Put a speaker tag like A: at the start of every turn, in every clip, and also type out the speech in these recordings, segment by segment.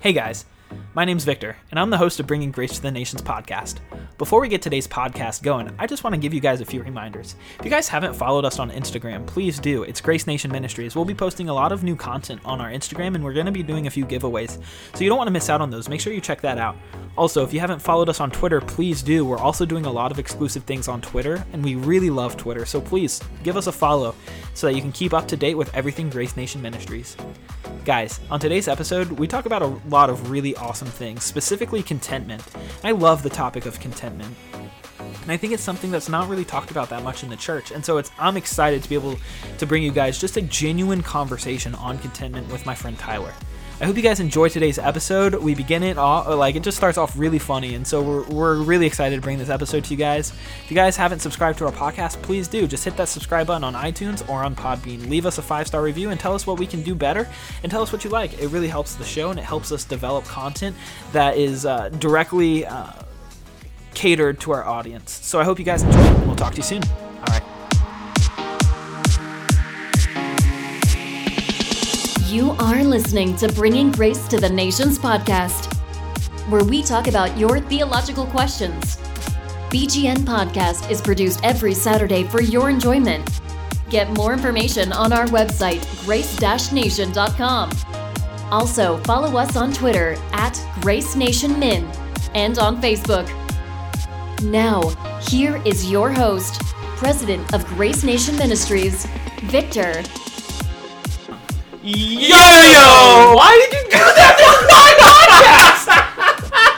A: Hey guys, my name's Victor, and I'm the host of Bringing Grace to the Nations podcast. Before we get today's podcast going, I just want to give you guys a few reminders. If you guys haven't followed us on Instagram, please do. It's Grace Nation Ministries. We'll be posting a lot of new content on our Instagram, and we're going to be doing a few giveaways, so you don't want to miss out on those. Make sure you check that out. Also, if you haven't followed us on Twitter, please do. We're also doing a lot of exclusive things on Twitter, and we really love Twitter, so please give us a follow so that you can keep up to date with everything Grace Nation Ministries. Guys, on today's episode, we talk about a lot of really awesome things, specifically contentment. I love the topic of contentment. And I think it's something that's not really talked about that much in the church. And so it's I'm excited to be able to bring you guys just a genuine conversation on contentment with my friend Tyler. I hope you guys enjoy today's episode. We begin it all like it just starts off really funny, and so we're, we're really excited to bring this episode to you guys. If you guys haven't subscribed to our podcast, please do. Just hit that subscribe button on iTunes or on Podbean. Leave us a five star review and tell us what we can do better, and tell us what you like. It really helps the show, and it helps us develop content that is uh, directly uh, catered to our audience. So I hope you guys enjoy. it, and We'll talk to you soon. All right.
B: You are listening to Bringing Grace to the Nations podcast, where we talk about your theological questions. BGN Podcast is produced every Saturday for your enjoyment. Get more information on our website, grace nation.com. Also, follow us on Twitter at Grace Nation Min and on Facebook. Now, here is your host, President of Grace Nation Ministries, Victor.
A: Yo yo! Why did you do that?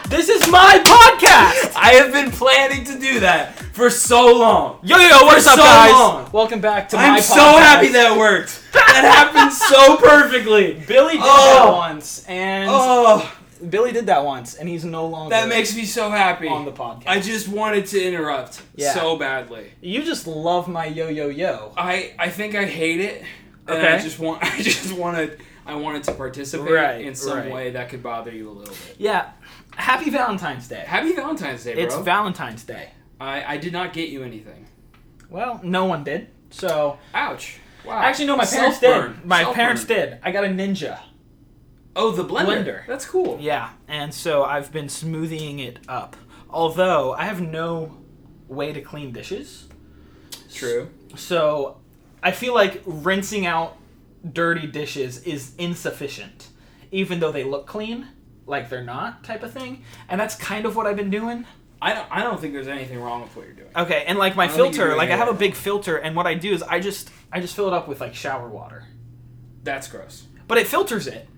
A: This is my podcast. this is my podcast.
C: I have been planning to do that for so long.
A: Yo yo, what's up,
C: so
A: guys?
C: long.
A: Welcome back to my
C: I'm
A: podcast.
C: so happy that worked. That happened so perfectly.
D: Billy did that
C: Oh.
D: once, and
C: Oh,
D: Billy did that once, and he's no longer
C: that makes me so happy.
D: on the podcast.
C: I just wanted to interrupt
D: Yeah.
C: so badly.
D: you just love my yo yo yo.
C: I I think I hate it, and I
A: Okay.
C: just want I just wanted I wanted to participate
D: Right,
C: in some
D: right.
C: way that could bother you a little bit.
D: Yeah, happy Valentine's Day.
C: Happy Valentine's Day, bro.
A: It's Valentine's Day.
C: I I did not get you anything.
D: Well, no one did. So
C: Ouch. Wow.
D: actually, no, my parents
C: Ah, Self-burn.
D: did. My
C: Self-burn.
D: parents did. I got a ninja.
C: Oh, the blender.
D: Blender.
C: That's cool.
A: Yeah, and so I've been smoothing it up. Although I have no way to clean dishes,
C: True.
A: so I feel like rinsing out dirty dishes is insufficient, even though they look clean, like they're not type of thing. And that's kind of what I've been doing.
C: I don't I don't think there's anything wrong with what you're doing.
A: Okay, and like my
C: I don't think you're
A: filter,
C: doing
A: like I
C: it
A: have a
C: right.
A: big filter, and what I do is I just I just fill it up with like shower water,
C: That's gross.
A: but it filters it.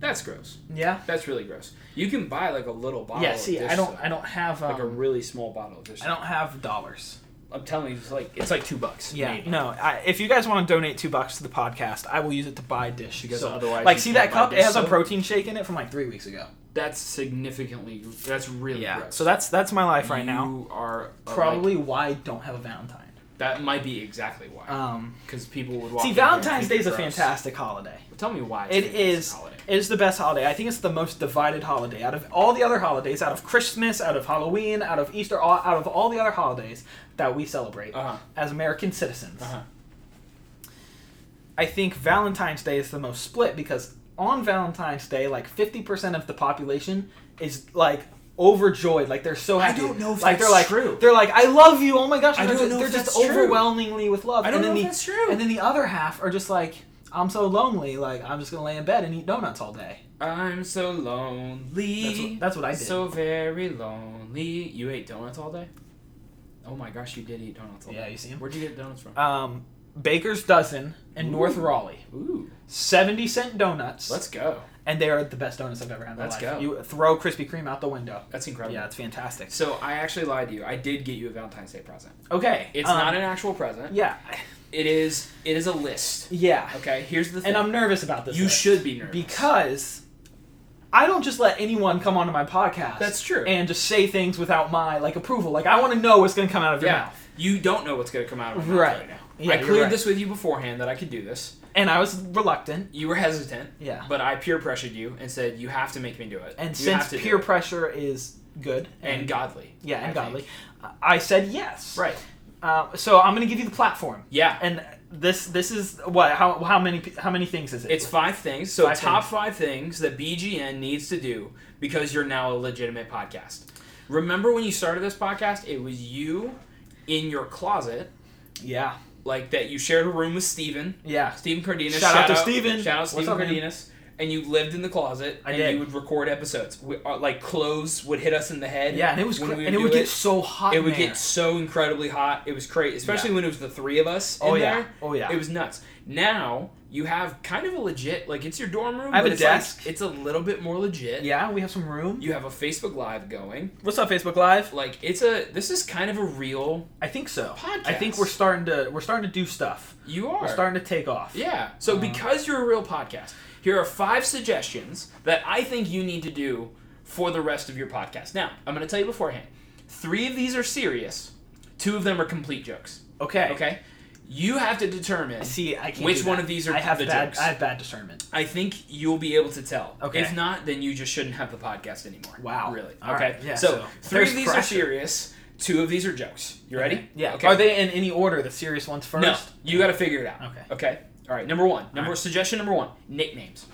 C: That's gross.
A: Yeah.
C: That's really gross. You can buy like a little bottle.
A: Yeah.
C: of
A: See,
C: dish
A: I don't
C: soap.
A: I don't have um,
C: like a really small bottle of dish.
A: I don't have dollars.
C: soap. I'm telling you, it's like it's like two bucks.
A: Yeah,
C: maybe.
A: no. I, if you guys want to donate two bucks to the podcast, I will use it to buy dish
C: Because
A: soap.
C: otherwise
A: like,
C: you
A: see
C: can't
A: that
C: buy
A: cup? It
C: dish
A: has a
C: soap.
A: protein shake in it from like three weeks ago.
C: that's significantly. That's really
A: Yeah.
C: gross.
A: So that's that's my life right now.
C: You are a,
A: Probably
C: like-
A: why I don't have a Valentine.
C: that might be exactly why.
A: Um,
C: Because people would walk.
A: see,
C: in here and
A: Valentine's
C: think
A: Day is a
C: you're gross.
A: fantastic holiday.
C: Tell me why. It's
A: It
C: the greatest
A: is.
C: Holiday.
A: It is the best holiday. I think it's the most divided holiday out of all the other holidays, out of Christmas, out of Halloween, out of Easter, all, out of all the other holidays that we celebrate
C: Uh-huh.
A: as American citizens.
C: Uh-huh.
A: I think Valentine's Day is the most split because on Valentine's Day, like fifty percent of the population is like overjoyed, like they're so
C: I
A: happy.
C: don't know if
A: like
C: that's
A: they're like
C: true.
A: they're like I love you. Oh my gosh,
C: I
A: they're
C: don't
A: just,
C: know
A: they're
C: if
A: just
C: that's true.
A: overwhelmingly with love.
C: I don't
A: and then
C: know if
A: the,
C: that's true.
A: And then the other half are just like I'm so lonely. Like I'm just gonna lay in bed and eat donuts all day.
C: I'm so lonely.
A: That's what, that's what I did.
C: So very lonely. You ate donuts all day. Oh my gosh, you did eat donuts all day.
A: Yeah, you see 'em?
C: Where'd you get donuts from?
A: um, Baker's Dozen in
C: Ooh.
A: North Raleigh,
C: Ooh,
A: seventy cent donuts,
C: let's go.
A: and they are the best donuts I've ever had in my
C: Let's
A: life.
C: go.
A: You throw Krispy Kreme out the window.
C: That's incredible.
A: Yeah, it's fantastic.
C: So I actually lied to you. I did get you a Valentine's Day present.
A: Okay,
C: It's
A: um,
C: not an actual present.
A: Yeah,
C: It is. It is a list.
A: yeah.
C: Okay. Here's the thing.
A: And I'm nervous about this.
C: You
A: list
C: should be nervous
A: because I don't just let anyone come onto my podcast.
C: That's true.
A: And just say things without my like approval. Like I want to know what's going to come out of your
C: yeah,
A: mouth.
C: you don't know what's gonna come out of my mouth
A: Right.
C: right, now.
A: Yeah,
C: I
A: you're
C: cleared
A: right.
C: this with you beforehand that I could do this.
A: And I was reluctant.
C: You were hesitant.
A: Yeah.
C: But I peer pressured you and said you have to make me do it.
A: And
C: You
A: since
C: have to do
A: peer
C: it."
A: pressure is good
C: and godly.
A: yeah,
C: I
A: and
C: think.
A: godly, I I said yes.
C: Right.
A: Uh, so I'm going to give you the platform.
C: Yeah.
A: And This this is what how how many how many things is it?
C: It's five things. So
A: Five
C: top five things that BGN needs to do because you're now a legitimate podcast. Remember when you started this podcast? It was you in your closet,
A: yeah
C: like that. You shared a room with Steven.
A: yeah.
C: Steven Cardenas.
A: Shout out to Steven.
C: Shout out
A: What's
C: Steven
A: up, man?
C: Cardenas. And you lived in the closet,
A: I
C: and
A: did.
C: you would record episodes. We, uh, like clothes would hit us in the head.
A: Yeah, and it was
C: when
A: cra-
C: we
A: and it
C: do
A: would get so hot.
C: It
A: in
C: would
A: there.
C: get so incredibly hot. It was crazy, especially when it was the three of us.
A: Oh
C: in
A: yeah.
C: there.
A: Oh yeah.
C: It was nuts. Now you have kind of a legit, like it's your dorm room.
A: I have
C: but
A: a
C: it's like-
A: desk.
C: it's a little bit more legit.
A: yeah, we have some room.
C: You have a Facebook Live going.
A: What's up, Facebook Live?
C: Like it's a. This is kind of a real.
A: I think so.
C: Podcast.
A: I think we're starting to we're starting to do stuff.
C: You are.
A: We're starting Uh-huh. to take off.
C: Yeah. So because you're a real podcast, here are five suggestions that I think you need to do for the rest of your podcast. Now I'm going to tell you beforehand. Three of these are serious. Two of them are complete jokes.
A: Okay.
C: Okay. You have to determine.
A: See, I can't.
C: Which
A: do that.
C: one of these are
A: I have
C: the
A: bad.
C: jokes?
A: I have bad discernment.
C: I think you'll be able to tell.
A: Okay.
C: If not, then you just shouldn't have the podcast anymore.
A: Wow.
C: Really?
A: All
C: okay.
A: right, yeah,
C: so,
A: so
C: three
A: there's
C: of these are
A: pressure.
C: serious. Two of these are jokes. You ready?
A: Yeah.
C: Okay.
A: Are they in any order? The serious ones first.
C: No. You got to figure it out.
A: Okay.
C: Okay. All right. Number one. Number suggestion number one. Nicknames.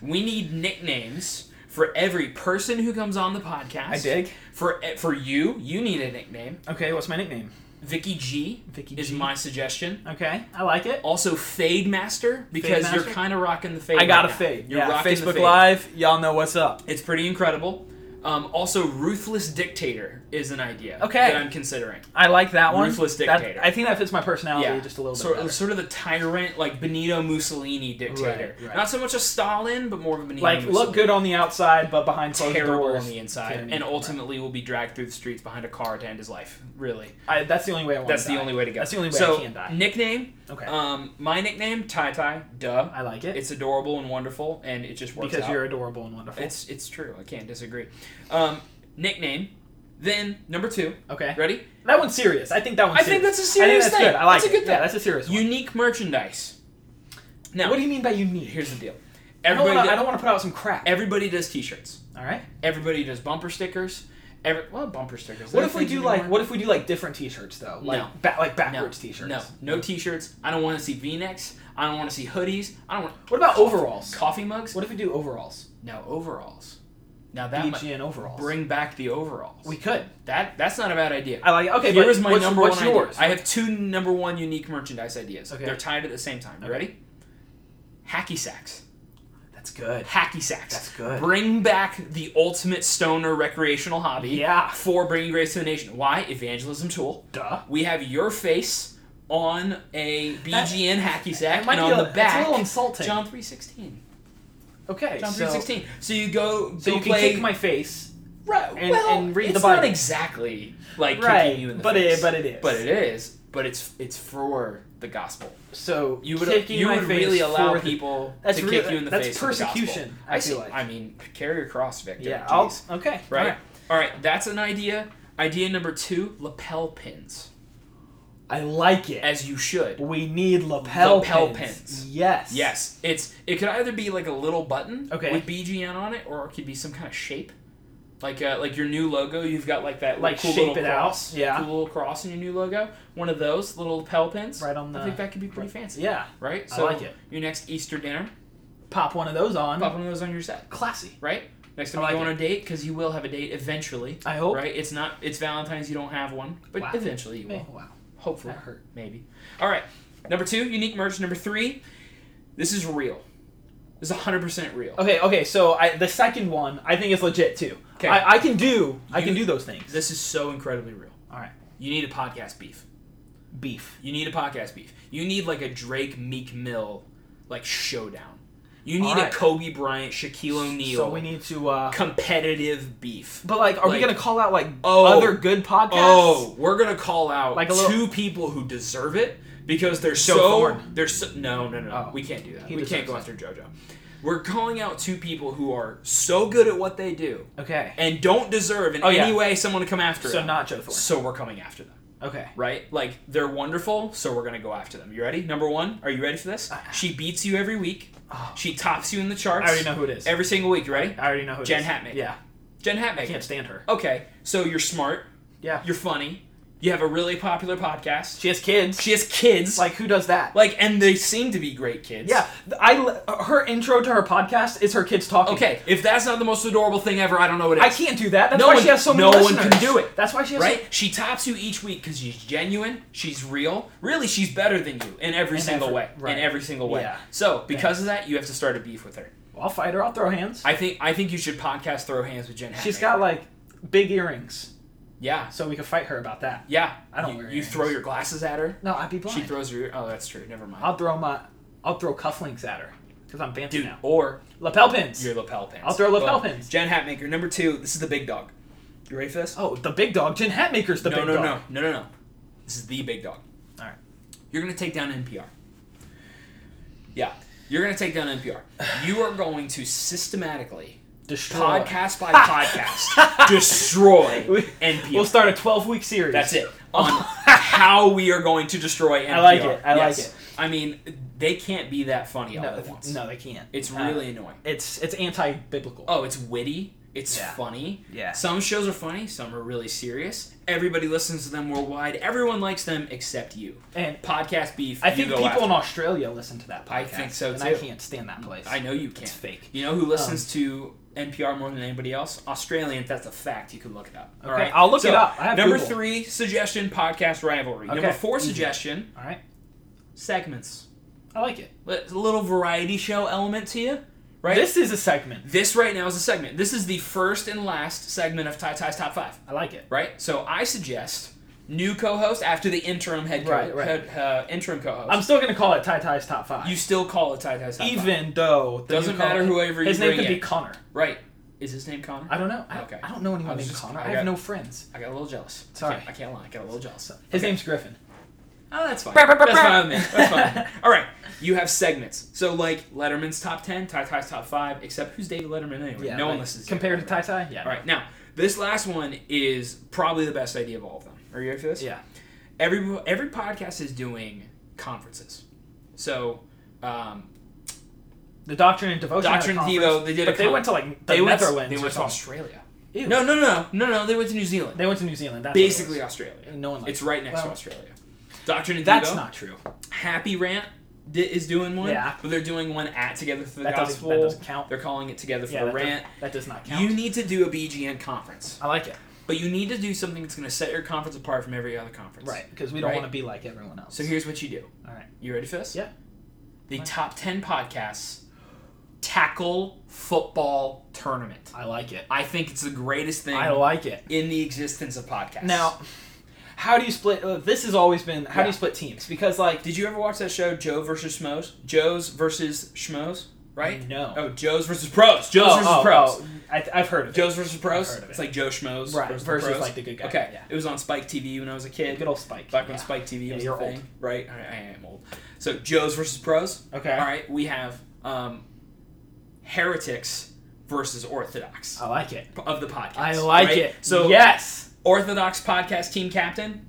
C: We need nicknames for every person who comes on the podcast.
A: I dig.
C: For eh, for you, you need a nickname.
A: Okay. What's my nickname?
C: Vicky G
A: Vicky
C: is
A: G.
C: my suggestion.
A: Okay. I like it.
C: Also, Fade Master because
A: Master?
C: you're kind of rocking the fade.
A: I got a
C: right now.
A: fade.
C: You're
A: yeah.
C: rocking the
A: Facebook
C: fade.
A: Live. Y'all know what's up.
C: It's pretty incredible. Um, also, ruthless dictator is an idea
A: Okay.
C: that I'm considering.
A: I like that one.
C: Ruthless
A: That-
C: dictator.
A: I think that fits my personality
C: Yeah,
A: just a little bit.
C: sort,
A: better.
C: sort of the tyrant, like Benito Mussolini dictator.
A: Right, right.
C: Not so much a Stalin, but more of a Benito.
A: like
C: Mussolini.
A: look good on the outside, but behind closed
C: terrible
A: doors.
C: on the inside,
A: Terrible.
C: and ultimately will be dragged through the streets behind a car to end his life. Really,
A: I, that's the only way I want.
C: that's
A: to
C: the
A: die.
C: only way to go.
A: That's the only way
C: so,
A: I can die.
C: Nickname.
A: Okay.
C: Um, my nickname, Ty Ty. Duh.
A: I like it
C: It's adorable and wonderful, and it just works
A: because
C: out.
A: you're adorable and wonderful.
C: It's it's true. I can't disagree. Um, nickname. Then number two.
A: okay.
C: Ready?
A: That one's serious. I think that one's
C: I think
A: serious.
C: that's a serious
A: I think that's
C: thing.
A: good. I like
C: That's a
A: it.
C: good
A: Yeah,
C: thing.
A: that's a serious one.
C: Unique merchandise. Now,
A: What do you mean by unique?
C: here's the deal.
A: I don't
C: Everybody,
A: wanna- I
C: does,
A: don't want to put out some crap.
C: everybody does T-shirts.
A: All right.
C: Everybody does bumper stickers. Every well, bumper stickers.
A: What
C: They're
A: if we
C: things
A: do
C: you can
A: like
C: wear.
A: what if we do like different T-shirts though? Like
C: No.
A: ba- like
C: No,
A: backwards T-shirts. Hmm.
C: No, no T-shirts. I don't want to see V-necks. I don't want to see hoodies. I don't want
A: What about overalls?
C: coffee mugs.
A: What if we do overalls?
C: No overalls. Now that might
A: BGN overalls.
C: bring back the overalls.
A: we could.
C: that that's not a bad idea.
A: I like. it. Okay.
C: Here
A: but
C: is my
A: what's,
C: number
A: what's
C: one
A: yours?
C: idea. I have two number one unique merchandise ideas.
A: Okay.
C: They're tied at the same time. You
A: Okay.
C: ready? Hacky sacks.
A: That's good.
C: Hacky sacks.
A: That's good.
C: Bring back the ultimate stoner recreational hobby
A: Yeah.
C: for bringing grace to the nation. Why? Evangelism tool.
A: Duh.
C: We have your face on a BGN hacky sack,
A: that might
C: and
A: be
C: on
A: a-
C: the
A: it's a
C: back,
A: little insulting.
C: John three sixteen.
A: Okay.
C: John
A: so,
C: three sixteen. So you go.
A: so
C: go
A: you can
C: play,
A: kick my face.
C: Right,
A: and-
C: well,
A: and read
C: it's
A: the Bible.
C: not exactly like
A: Right,
C: kicking you in the
A: but it-
C: face,
A: but it is.
C: But it is. But it's it's for the gospel.
A: So
C: You would
A: kicking
C: you
A: my
C: would
A: face
C: really allow
A: for the-
C: people
A: That's
C: to
A: real-
C: kick you in the
A: that's
C: face. for the gospel.
A: persecution, I
C: I
A: feel
C: see.
A: like.
C: I mean, carry your cross, Victor.
A: Yeah. I'll,
C: Jeez.
A: okay.
C: right.
A: alright.
C: All right. That's an idea. Idea number two: lapel pins,
A: I like it.
C: as you should.
A: we need lapel,
C: Lapel
A: pins.
C: pins.
A: Yes.
C: Yes, it's it could either be like a little button
A: Okay.
C: with BGN on it, or it could be some kind of shape, like uh, like your new logo. You've got like that
A: Like
C: cool
A: shape it
C: little
A: out,
C: cross,
A: yeah.
C: cool little cross in your new logo. One of those little lapel pins.
A: Right on
C: I
A: the-
C: think that could be pretty fancy.
A: Yeah.
C: Right.
A: I
C: So
A: like it.
C: Your next Easter dinner,
A: Pop one of those on.
C: pop one of those on your set.
A: Classy.
C: Right. Next time
A: I
C: you
A: like
C: go on a date, because you will have a date eventually.
A: I hope.
C: Right. It's not. It's Valentine's. You don't have one, but
A: Oh. Wow.
C: eventually you will.
A: Oh, wow.
C: Hopefully.
A: That hurt.
C: Maybe. All right. Number two, unique merch. Number three, this is real. This is 100% real.
A: Okay, okay. So I, the second one, I think is legit too.
C: 'Kay.
A: Oh, I, I can do, I can
C: You-
A: do those things.
C: This is so incredibly real.
A: All right,
C: You need a podcast beef.
A: beef.
C: You need a podcast beef. You need like a Drake Meek Mill like showdown. You need
A: All
C: a
A: right.
C: Kobe Bryant Shaquille O'Neal
A: So we need to. uh
C: competitive beef.
A: But like, are we
C: Like-
A: gonna call out like
C: Oh.
A: other good podcasts?
C: Oh, we're gonna call out
A: Like a little-
C: two people who deserve it because they're
A: Joe
C: so
A: Thornton.
C: they're so no no no
A: Oh.
C: we can't do that.
A: He
C: we
A: deserves
C: can't go
A: it.
C: after JoJo. We're calling out two people who are so good at what they do
A: Okay.
C: and don't deserve in
A: Oh, yeah.
C: any way someone to come after
A: So
C: them.
A: not Joe Thornton.
C: so we're coming after them,
A: Okay.
C: right? Like they're wonderful, so we're gonna go after them. You ready? Number one, are you ready for this? She beats you every week.
A: Oh.
C: She tops you in the charts.
A: Uh, I already know who it is.
C: Every single week, you ready?
A: I already know who. it
C: Jen
A: is.
C: Hatmaker.
A: Yeah.
C: Jen Hatmaker.
A: I can't stand her.
C: Okay, so you're smart.
A: Yeah.
C: You're funny. You have a really popular podcast.
A: She has kids.
C: She has kids.
A: like who does that?
C: like, and they seem to be great kids.
A: yeah, th- I l- her intro to her podcast is her kids talking.
C: Okay, if that's not the most adorable thing ever, I don't know what it is.
A: I can't do that. That's
C: No
A: why
C: one-
A: she has so many
C: no one
A: listeners.
C: can do it.
A: That's why she has
C: Right? She tops you each week because she's genuine, she's real. Really, she's better than you in every
A: In
C: single
A: every-
C: way.
A: right.
C: In every single way.
A: Yeah.
C: So, because of that, you have to start a beef with her.
A: So, I'll fight her. I'll throw hands.
C: I think I think you should podcast throw hands with Jen.
A: She's
C: Hatmaker.
A: got like big earrings,
C: yeah,
A: so we can fight her about that.
C: yeah.
A: I don't
C: You,
A: wear
C: you
A: earrings.
C: throw your glasses at her.
A: No, I'd be blind.
C: She throws her. Oh, that's true. Never mind.
A: I'll throw my, I'll throw cufflinks at her because I'm fancy
C: Dude,
A: now.
C: or
A: Lapel pins.
C: your lapel pins.
A: I'll throw lapel
C: Boom.
A: pins.
C: Jen Hatmaker, number two. This is the big dog. You ready for this?
A: Oh, the big dog. Jen Hatmaker's the
C: no,
A: big
C: no,
A: dog.
C: no, no, no, no. This is the big dog.
A: All right.
C: You're going to take down NPR. Yeah, you're going to take down NPR. You are going to systematically,
A: Destroy.
C: podcast by podcast, destroy
A: We-
C: NPR.
A: We'll start a 12 week series.
C: That's it. On how we are going to destroy NPR.
A: I like it. I like
C: Yes.
A: it.
C: I mean, they can't be that funny all
A: No,
C: at once.
A: no, they can't.
C: It's
A: Uh,
C: really annoying.
A: it's it's anti-biblical.
C: Oh, it's witty. It's
A: Yeah.
C: funny.
A: Yeah.
C: Some shows are funny. Some are really serious. Everybody listens to them worldwide. Everyone likes them except you.
A: and
C: Podcast beef.
A: I
C: you
A: think
C: go
A: people
C: after.
A: in Australia listen to that podcast.
C: I think so,
A: And I
C: too. Mm,
A: can't stand that place.
C: I know you can't.
A: It's fake. Um,
C: You know who listens to NPR more than anybody else? Australian. That's a fact. You can look it up. All
A: Okay,
C: right.
A: I'll look
C: So,
A: it up. I have
C: number
A: Google.
C: three suggestion: podcast rivalry. Number
A: Okay.
C: four
A: Easy.
C: suggestion:
A: All right.
C: segments.
A: I like it.
C: Let- A little variety show element to you, right?
A: This is a segment.
C: This right now is a segment. This is the first and last segment of Ty Ty's top five.
A: I like it.
C: right? So I suggest new co-host after the interim head co-
A: Right, right.
C: head, uh, interim co-host.
A: I'm still gonna call it Ty Ty's top five.
C: you still call it Ty Ty's top five.
A: even though the
C: Doesn't
A: new call-
C: matter whoever you
A: his name
C: bring
A: could be
C: in.
A: Connor.
C: right? Is his name Connor?
A: I don't know. I,
C: Okay.
A: I don't know
C: I
A: anyone
C: was
A: named
C: just-
A: Connor.
C: I
A: I, have
C: got-
A: no friends.
C: I got a little jealous.
A: Sorry.
C: I can't, I can't lie. I got a little jealous.
A: His
C: Okay.
A: name's Griffin.
C: Oh, that's fine.
A: Brr, brr, brr,
C: that's
A: brr.
C: fine with me. That's fine. All right. You have segments. So like Letterman's top ten, Ty Ty's top five. Except who's David Letterman anyway? no one
A: like,
C: listens. David
A: Compared to
C: Letterman.
A: Ty Ty, yeah.
C: All right. Now this last one is probably the best idea of all of them. Are you ready for this?
A: Yeah.
C: every every podcast is doing conferences. So um,
A: The Doctrine and Devotion. had a
C: Doctrine
A: conference,
C: Devo, they did a
A: But they
C: con-
A: went to like the
C: they went
A: Netherlands.
C: they
A: or
C: went to
A: something.
C: Australia.
A: Ew.
C: No, no, no, no, no. They went to New Zealand.
A: They went to New Zealand. That's what it was.
C: Basically Australia.
A: No one likes
C: It's right next to
A: well,
C: Australia. Doctrine and
A: That's
C: Devo,
A: not true.
C: Happy Rant di- is doing one.
A: Yeah.
C: But they're doing one at Together for the
A: That doesn't-
C: Gospel.
A: that doesn't count.
C: They're calling it Together for
A: Yeah,
C: a
A: that,
C: Rant.
A: Does, that does not count.
C: You need to do a BGN conference,
A: I like it.
C: but you need to do something that's going to set your conference apart from every other conference.
A: Right, because we don't
C: Right.
A: want to be like everyone else.
C: So here's what you do.
A: All right.
C: You ready for this?
A: Yeah.
C: The top 10 podcasts tackle football tournament.
A: I like it.
C: I think it's the greatest thing
A: I like it.
C: in the existence of podcasts.
A: Now, how do you split? Uh, this has always been how do
C: Yeah.
A: you split teams? Because like
C: did you ever watch that show Joe versus Schmoes? Joe's versus Schmoes, right?
A: No.
C: Oh, Joe's versus Pros. Joe's versus Pros.
A: Oh, I, I've heard of it.
C: Joe's versus Pros.
A: heard of
C: It's
A: it.
C: like Joe Schmoes
A: Right,
C: versus, the
A: versus,
C: Pros.
A: like, the good guy.
C: Okay,
A: Yeah.
C: it was on Spike TV when I was a kid.
A: Good old Spike.
C: Back when
A: yeah.
C: Spike TV
A: Yeah,
C: was
A: you're
C: a thing,
A: old.
C: right? I, I am old. So Joe's versus Pros.
A: Okay.
C: All right, we have um, heretics versus Orthodox
A: I like it.
C: of the podcast.
A: I like
C: right?
A: it.
C: So
A: yes,
C: Orthodox podcast team captain,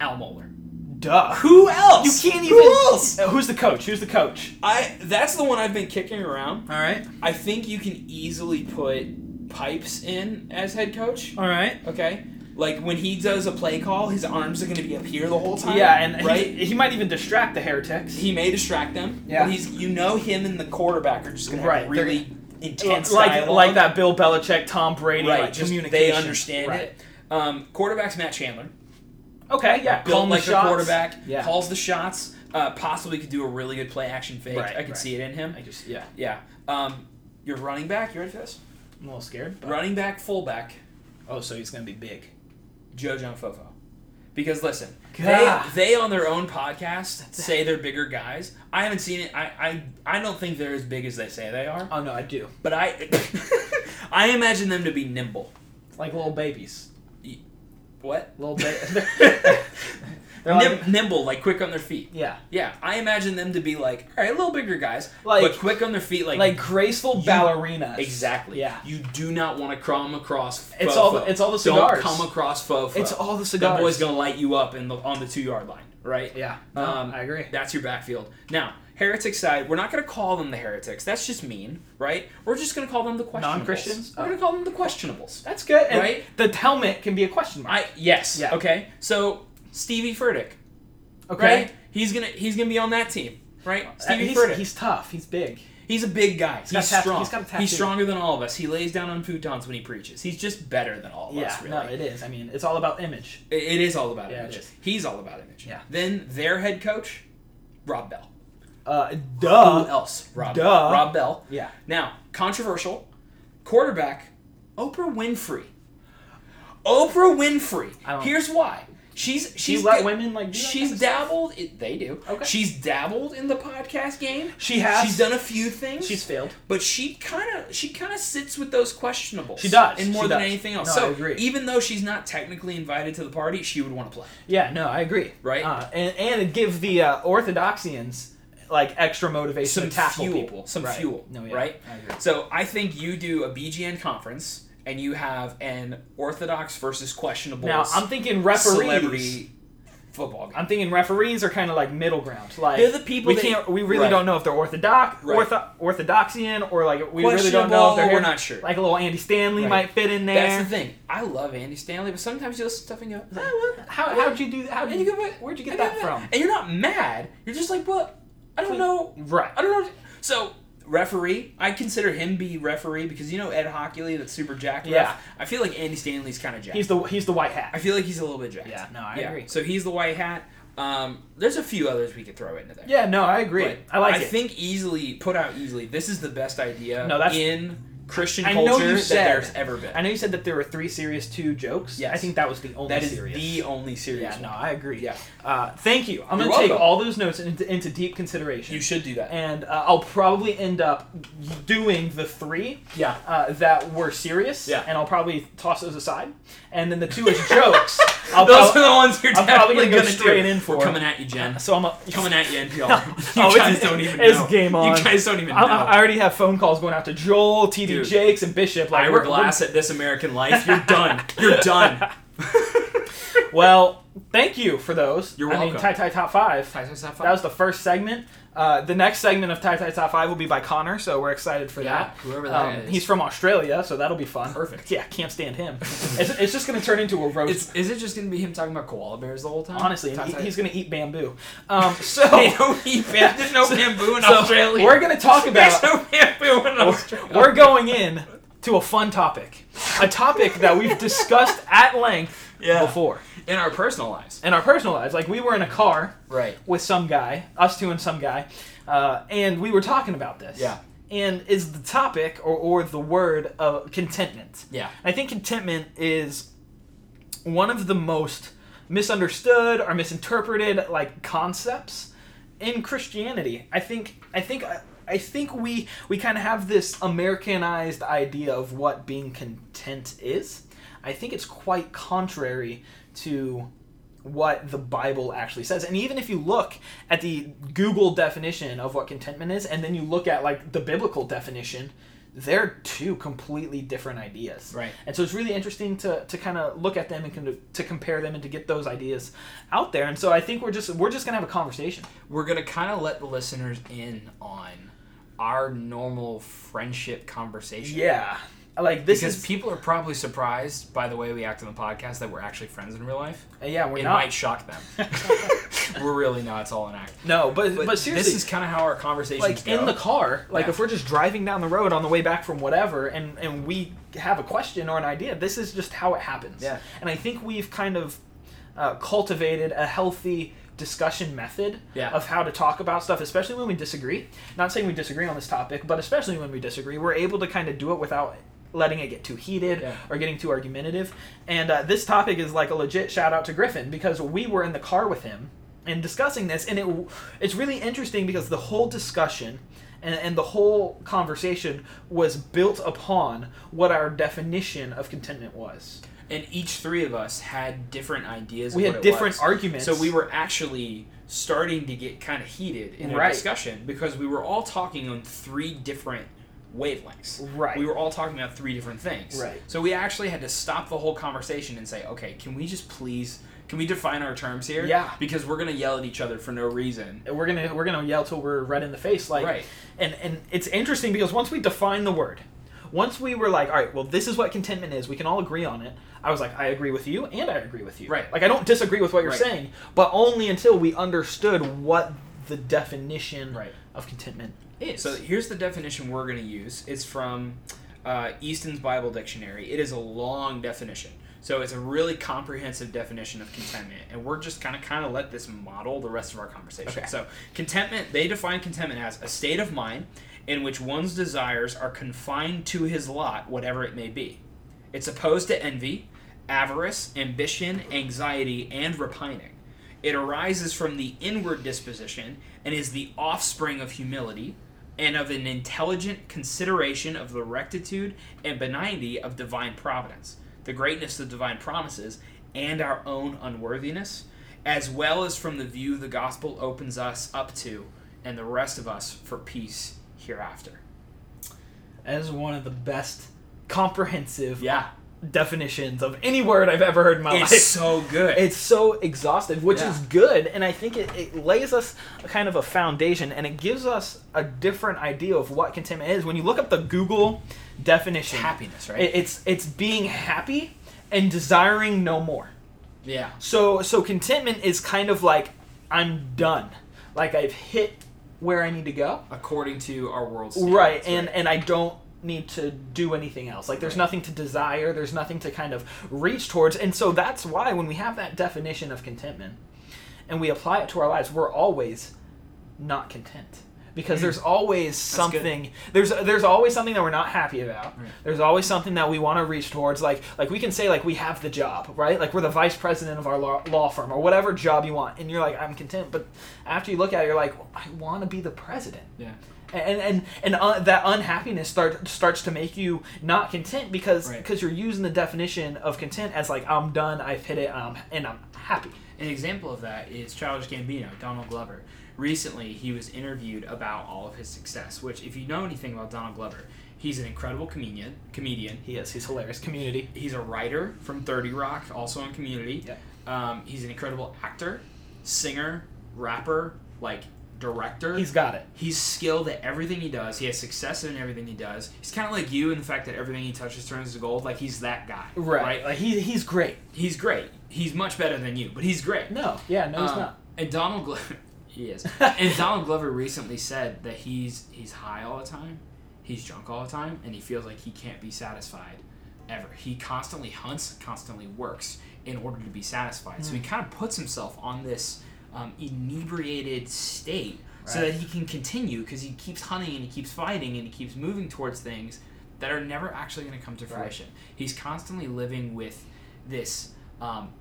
C: Al Mohler.
A: duh.
C: Who else?
A: You can't
C: Who
A: even.
C: else?
A: Uh, Who's the coach? Who's the coach?
C: I. That's the one I've been kicking around.
A: All right.
C: I think you can easily put Pipes in as head coach.
A: All right.
C: Okay. Like when he does a play call, his arms are going to be up here the whole time.
A: Yeah, and
C: right.
A: he, he might even distract the heretics.
C: He may distract them.
A: Yeah.
C: But he's you know him and the quarterback are just gonna have
A: Right, they're
C: really intense
A: like
C: dialogue.
A: like that Bill Belichick, Tom Brady,
C: Right.
A: like
C: just
A: communication.
C: they understand
A: Right.
C: it. Um, quarterback's Matt Chandler.
A: Okay, yeah.
C: Built
A: calling the
C: like a
A: shots.
C: quarterback.
A: Yeah.
C: Calls the shots. Uh, possibly could do a really good play action fake.
A: Right,
C: I could
A: right.
C: see it in him.
A: I just yeah.
C: Yeah. Um, your running back. You ready for this?
A: I'm a little scared. But,
C: Running back, fullback,
A: oh, so he's gonna be big.
C: Joe John Fofo. Because listen, they,
A: God.
C: they on their own podcast say they're bigger guys. I haven't seen it. I, I I don't think they're as big as they say they are.
A: Oh no, I do.
C: But I, I imagine them to be nimble.
A: Like little babies.
C: What?
A: Little ba- they're like,
C: Nim- nimble, like quick on their feet.
A: yeah,
C: Yeah, I imagine them to be like, all right, a little bigger guys,
A: Like-
C: but quick on their feet, like,
A: like graceful ballerinas.
C: exactly.
A: Yeah.
C: you do not want to come across.
A: It's
C: fofo.
A: all the- it's all the cigars.
C: Don't come across fofo.
A: It's all the
C: That
A: cigars.
C: boy's gonna light you up in the on the two yard line, right?
A: Yeah, no,
C: um,
A: I agree.
C: That's your backfield. Now heretic side, we're not going to call them the heretics. That's just mean, right? We're just going to call them the questionables.
A: Non-Christians? Oh.
C: We're going to call them the questionables.
A: That's good. And
C: Right?
A: The helmet can be a question mark.
C: I yes.
A: Yeah.
C: Okay. So Stevie Furtick,
A: okay.
C: right? He's gonna he's gonna be on that team, right?
A: Uh,
C: Stevie
A: he's,
C: Furtick.
A: he's tough. He's big.
C: He's a big guy. He's,
A: got a tat-
C: strong.
A: he's got a tattoo.
C: stronger than all of us. He lays down on futons when he preaches. He's just better than all of
A: yeah.
C: us, really.
A: No, it is. I mean, it's all about image.
C: It- it is all about
A: Yeah,
C: image.
A: it is.
C: He's all about image.
A: Yeah.
C: Then their head coach, Rob Bell.
A: Uh,
C: Who
A: duh.
C: else? Rob
A: duh.
C: Bell. Rob Bell.
A: Yeah.
C: Now, controversial. Quarterback, Oprah Winfrey. Oprah Winfrey.
A: I don't-
C: Here's why. She's she's
A: you let
C: g-
A: women, like, do that kind
C: she's
A: of stuff?
C: dabbled. It, they do.
A: Okay.
C: She's dabbled in the podcast game.
A: She has.
C: She's done a few things.
A: She's failed.
C: But she kind of she kind of sits with those questionables.
A: She does.
C: and more
A: She
C: than
A: does.
C: anything else.
A: No, I
C: so
A: agree.
C: even though she's not technically invited to the party, she would want to play.
A: Yeah. No, I agree.
C: Right?
A: Uh, and and give the uh, orthodoxians like extra motivation
C: Some
A: to tackle
C: fuel,
A: people.
C: some
A: Right.
C: fuel,
A: No, yeah,
C: right?
A: I agree.
C: So I think you do a BGN conference and you have an orthodox versus questionable
A: Now I'm thinking referees.
C: celebrity football game.
A: I'm thinking referees are kind of like middle ground. Like
C: They're the people
A: we
C: that-
A: can't. We really
C: right.
A: don't know if they're orthodox,
C: Right.
A: ortho, orthodoxian, or like we really don't know if
C: Questionable,
A: they're.
C: we're not sure.
A: Like a little Andy Stanley
C: Right.
A: might fit in there.
C: That's the thing. I love Andy Stanley, but sometimes you listen to stuff and go, "Ah, well,
A: How
C: well,
A: how'd you do? How
C: and
A: did
C: you
A: you
C: go,
A: get?
C: "What-
A: Where'd you get
C: I did
A: that from?
C: And you're not mad. You're just like, well, I don't know.
A: Right.
C: I don't know. So referee, I consider him be referee because you know Ed Hockley, that's super jacked. ref?
A: Yeah.
C: I feel like Andy Stanley's kind of jacked.
A: He's the he's the white hat.
C: I feel like he's a little bit jacked.
A: Yeah, no, I agree.
C: So he's the white hat. Um, there's a few others we could throw into there.
A: yeah, no, I agree.
C: But
A: I like
C: I
A: it.
C: think easily put out easily. This is the best idea.
A: No, that's-
C: in Christian
A: I
C: culture
A: know you
C: that
A: said-
C: there's ever been.
A: I know you said that there were three serious two jokes.
C: Yes.
A: I think that was the only
C: that is
A: serious.
C: the only serious
A: yeah, no,
C: one.
A: I agree.
C: Yeah.
A: Uh, thank you. I'm
C: You're
A: gonna take
C: welcome.
A: all those notes into, into deep consideration.
C: you should do that.
A: And uh, I'll probably end up doing the three
C: yeah.
A: uh, that were serious.
C: Yeah.
A: And I'll probably toss those aside. And then the two as jokes. I'll
C: Those
A: prob-
C: are the ones you're
A: I'm probably
C: definitely
A: gonna go
C: going to
A: straight
C: do.
A: in for.
C: We're coming at you, Jen.
A: So I'm a,
C: Coming at you, NPR.
A: No,
C: you
A: it's-
C: guys don't even
A: it's
C: know.
A: game on.
C: You guys don't even know.
A: I, I already have phone calls going out to Joel, TD
C: Dude.
A: Jakes, and Bishop. Like,
C: Ira
A: we're-
C: Glass at This American Life. You're done. You're done.
A: we're- Well, thank you for those.
C: You're
A: I mean,
C: welcome.
A: Tie Tie Top 5.
C: Five, six, five, five.
A: That was the first segment. Uh, the next segment of Tie Tie Top 5 will be by Connor, so we're excited for
C: Yeah,
A: that.
C: whoever that is.
A: Um, He's from Australia, so that'll be fun.
C: Perfect.
A: Yeah, can't stand him. it's, it's just going to turn into a roast.
C: It's, is it just gonna be him talking about koala bears the whole time?
A: Honestly, and
C: Talks
A: he-
C: like-
A: he's going to eat bamboo. Um, so,
C: They don't eat bam- Oh, There's no
A: So-
C: bamboo in
A: so
C: Australia.
A: we're going to talk about.
C: There's no bamboo in Australia.
A: We're going in to a fun topic, a topic that we've discussed at length
C: Yeah.
A: before
C: in our personal lives.
A: in our personal lives. Like we were in a car
C: Right.
A: with some guy, us two and some guy, uh, and we were talking about this.
C: Yeah.
A: And is the topic or, or the word of contentment?
C: Yeah.
A: I think contentment is one of the most misunderstood or misinterpreted like concepts in Christianity. I think I think I think we we kind of have this Americanized idea of what being content is. I think it's quite contrary to what the Bible actually says. And even if you look at the Google definition of what contentment is and then you look at like the biblical definition, they're two completely different ideas.
C: Right.
A: And so it's really interesting to, to kind of look at them and kind of, to compare them and to get those ideas out there. And so I think we're just we're just gonna have a conversation.
C: We're gonna kind of let the listeners in on our normal friendship conversation.
A: Yeah. Like this
C: Because
A: is
C: people are probably surprised by the way we act on the podcast that we're actually friends in real life.
A: yeah we're
C: It
A: not
C: might shock them. we're really not. It's all an act.
A: no but but, seriously
C: this is kind of how our conversations
A: like
C: go.
A: in the car like
C: Yeah.
A: if we're just driving down the road on the way back from whatever and and we have a question or an idea this is just how it happens
C: Yeah.
A: and i think we've kind of uh, cultivated a healthy discussion method
C: Yeah.
A: of how to talk about stuff especially when we disagree not saying we disagree on this topic but especially when we disagree we're able to kind of do it without letting it get too heated
C: Yeah.
A: or getting too argumentative and uh, this topic is like a legit shout out to griffin because we were in the car with him and discussing this and it it's really interesting because the whole discussion and, and the whole conversation was built upon what our definition of contentment was
C: and each three of us had different ideas.
A: we
C: of
A: had
C: what it
A: different
C: was.
A: arguments
C: So we were actually starting to get kind of heated in our
A: Right.
C: discussion because we were all talking on three different wavelengths.
A: Right.
C: We were all talking about three different things.
A: Right.
C: So we actually had to stop the whole conversation and say, okay, can we just please Can we define our terms here?
A: Yeah.
C: Because we're gonna yell at each other for no reason.
A: And we're gonna we're gonna yell till we're red in the face like
C: Right.
A: and and it's interesting because once we define the word once we were like all right well this is what contentment is we can all agree on it i was like i agree with you and i agree with you
C: Right.
A: like i don't disagree with what you're
C: Right.
A: saying but only until we understood what the definition
C: Right.
A: of contentment is
C: So here's the definition we're going to use. It's from uh, Easton's Bible Dictionary. It is a long definition, so it's a really comprehensive definition of contentment, and we're just kind of kind of let this model the rest of our conversation.
A: Okay.
C: So contentment, they define contentment as a state of mind in which one's desires are confined to his lot, whatever it may be. It's opposed to envy, avarice, ambition, anxiety, and repining. It arises from the inward disposition and is the offspring of humility and of an intelligent consideration of the rectitude and benignity of divine providence, the greatness of divine promises, and our own unworthiness, as well as from the view the gospel opens us up to and the rest of us for peace hereafter.
A: that is one of the best comprehensive
C: Yeah.
A: definitions of any word i've ever heard in my life
C: It's so good.
A: it's so exhaustive which
C: Yeah.
A: is good and i think it, it lays us a kind of a foundation and it gives us a different idea of what contentment is when you look up the google definition
C: happiness, right?
A: it- it's it's being happy and desiring no more
C: yeah.
A: so so contentment is kind of like i'm done like i've hit where i need to go
C: According to our world standards,
A: right and and i don't need to do anything else like there's nothing to desire there's nothing to kind of reach towards and so that's why when we have that definition of contentment and we apply it to our lives we're always not content because there's always
C: That's good.
A: something there's there's always something that we're not happy about there's always something that we want to reach towards like like we can say like we have the job right like we're the vice president of our law, law firm or whatever job you want and you're like i'm content but after you look at it you're like i want to be the president
C: yeah.
A: and and and uh, that unhappiness start, starts to make you not content because
C: Right.
A: because you're using the definition of content as like I'm done, I've hit it, um, and I'm happy.
C: An example of that is Childish Gambino, Donald Glover. Recently, he was interviewed about all of his success, which, if you know anything about Donald Glover, he's an incredible comedian. comedian.
A: He is. He's hilarious. Community.
C: He's a writer from 30 Rock, also on Community.
A: Yeah.
C: Um, he's an incredible actor, singer, rapper, like director.
A: He's got it.
C: He's skilled at everything he does. He has success in everything he does. He's kind of like you in the fact that everything he touches turns to gold. Like he's that guy,
A: Right. Like he, he's great.
C: He's great. He's much better than you, but he's great.
A: No. Yeah. No, he's
C: Um,
A: not.
C: And Donald Glover, he is. and Donald Glover recently said that he's he's high all the time, he's drunk all the time, and he feels like he can't be satisfied ever. He constantly hunts, constantly works in order to be satisfied.
A: Hmm.
C: So he kind of puts himself on this um, inebriated state so
A: Right.
C: that he can continue because he keeps hunting and he keeps fighting and he keeps moving towards things that are never actually going to come to
A: Right.
C: fruition. He's constantly living with this um,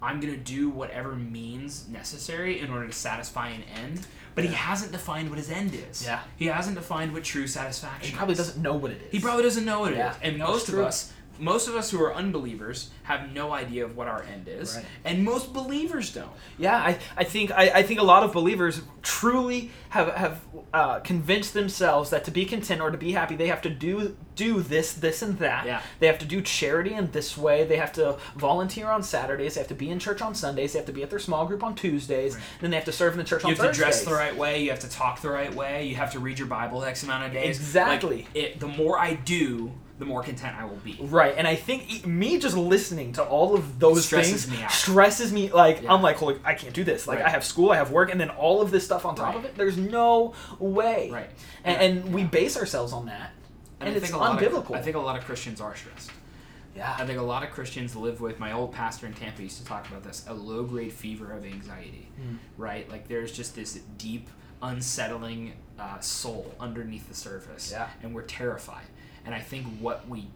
C: I'm gonna do whatever means necessary in order to satisfy an end, but he hasn't defined what his end is.
A: Yeah.
C: He hasn't defined what true satisfaction.
A: He probably
C: is.
A: doesn't know what it is.
C: He probably doesn't know what it
A: Yeah.
C: is, and
A: No,
C: most
A: it's
C: of
A: true.
C: us, most of us who are unbelievers, have no idea of what our end is,
A: Right.
C: and most believers don't.
A: Yeah, I, I think I, I think a lot of believers truly have have uh, convinced themselves that to be content or to be happy, they have to do do this, this, and that.
C: Yeah.
A: They have to do charity in this way. They have to volunteer on Saturdays. They have to be in church on Sundays. They have to be at their small group on Tuesdays. Then they have to serve in the church
C: You
A: on
C: have to dress the
A: Thursdays.
C: right way. You have to talk the right way. You have to read your Bible X amount of days. Like,
A: Exactly.
C: it, the more I do, the more content I will be.
A: Right, and I think e- me just listening to all of those
C: Stresses
A: things
C: me out.
A: stresses me. Like
C: Yeah.
A: I'm like, holy, I can't do this. Like
C: Right.
A: I have school, I have work, and then all of this stuff on top
C: Right.
A: of it. There's no way.
C: Right.
A: and, and we base ourselves on that, and,
C: I
A: it's
C: think a lot of-
A: unbiblical.
C: I think a lot of Christians are stressed. I
A: yeah,
C: think a lot of Christians live with my old pastor in Tampa used to talk about this a low grade fever of anxiety,
A: Hmm.
C: right? Like there's just this deep, unsettling uh, soul underneath the surface,
A: Yeah.
C: and we're terrified. And I think what we